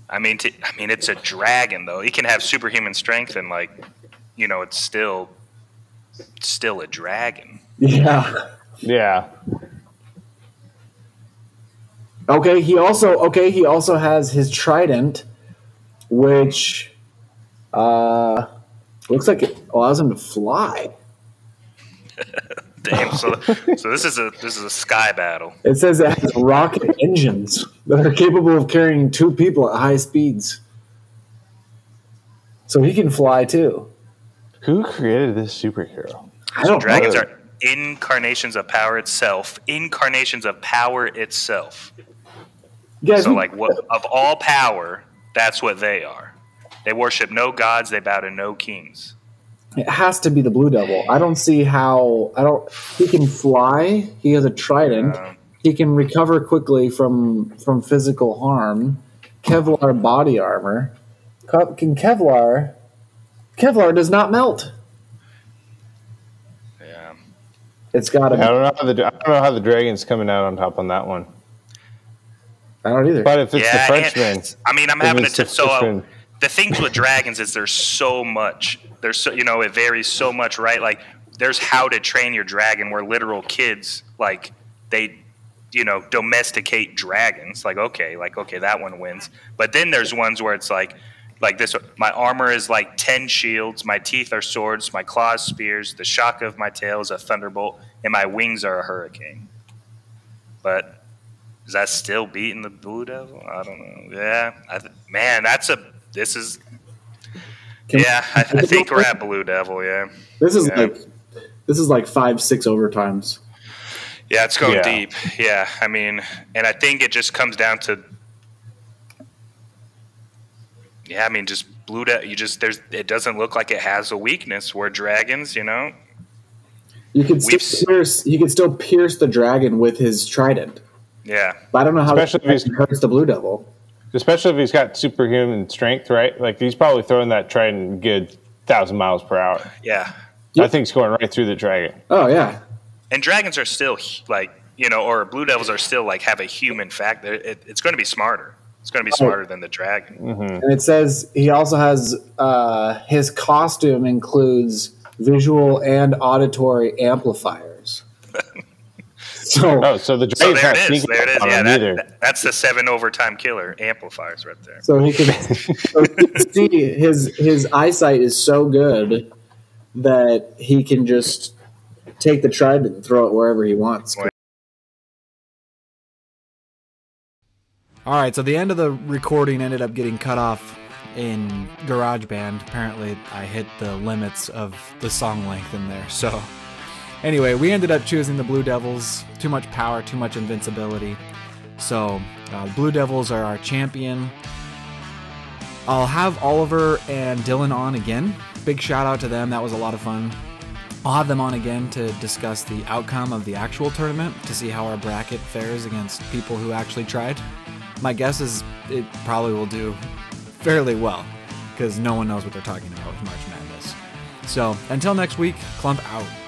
C: I mean, t I mean, it's a dragon though. He can have superhuman strength and like, you know, it's still still a dragon.
A: Yeah.
B: Yeah.
A: Okay, he also okay, he also has his trident, which uh looks like it allows him to fly.
C: Damn. So, so this is a this is a sky battle.
A: It says it has rocket engines that are capable of carrying two people at high speeds. So he can fly too.
B: Who created this superhero?
A: I don't
C: Dragons
A: know.
C: are incarnations of power itself. Incarnations of power itself.
A: You guys-
C: So like what of all power, that's what they are. They worship no gods, they bow to no kings.
A: It has to be the Blue Devil. I don't see how. I don't. He can fly. He has a trident. He can recover quickly from from physical harm. Kevlar body armor. Kev- Can Kevlar? Kevlar does not melt.
C: Yeah.
A: It's got to.
B: I don't know how the I don't know how the dragon's coming out on top on that one.
A: I don't either.
B: But if it's
C: yeah,
B: the
C: and-
B: Frenchman,
C: I mean, I'm
B: It
C: having a
B: means the
C: tip. So uh,
B: Frenchman.
C: the things with dragons is there's so much. There's so you know it varies so much, right? Like there's how to train your dragon, where literal kids like they, you know, domesticate dragons. Like okay, like okay, that one wins. But then there's ones where it's like. Like this, my armor is like ten shields. My teeth are swords. My claws spears. The shock of my tail is a thunderbolt, and my wings are a hurricane. But is that still beating the Blue Devil? I don't know. Yeah, I th- man, that's a. This is.
A: Can-
C: yeah, I, I think we're at Blue Devil. Yeah,
A: This is
C: Yeah.
A: like. This is like five six overtimes.
C: yeah, it's going
B: Yeah.
C: deep. Yeah, I mean, and I think it just comes down to. Yeah, I mean, just Blue Devil. You just there's. It doesn't look like it has a weakness. Where dragons, you know,
A: You could
C: We've
A: still pierce. You could still pierce the dragon with his trident.
C: yeah,
A: But I don't know how
B: Especially if he's-
A: it hurts the Blue Devil.
B: especially if he's got superhuman strength, right? Like he's probably throwing that trident a good thousand miles per hour.
C: yeah.
A: Yeah.
B: I think it's going right through the dragon.
A: Oh yeah,
C: and dragons are still like you know or blue devils are still like have a human factor it, it's going to be smarter it's going to
A: Oh.
C: be smarter than the dragon
B: Hmm.
A: And it says he also has uh, his costume includes visual and auditory amplifiers. so
B: Oh, so the
C: so
B: dragon's
C: there
B: not
C: it is
B: sneaking
C: there it
B: up
C: is
B: on
C: yeah
B: him
C: that-
B: either.
C: that- that's the seven overtime killer amplifiers right there
A: so he can so he can see his his eyesight is so good that he can just take the trident and throw it wherever he wants.
D: All right, so the end of the recording ended up getting cut off in GarageBand. Apparently, I hit the limits of the song length in there. So, anyway, we ended up choosing the Blue Devils. Too much power, too much invincibility. So, uh, Blue Devils are our champion. I'll have Oliver and Dylan on again. Big shout out to them. That was a lot of fun. I'll have them on again to discuss the outcome of the actual tournament to see how our bracket fares against people who actually tried. My guess is it probably will do fairly well because no one knows what they're talking about with March Madness. So until next week, Clump out.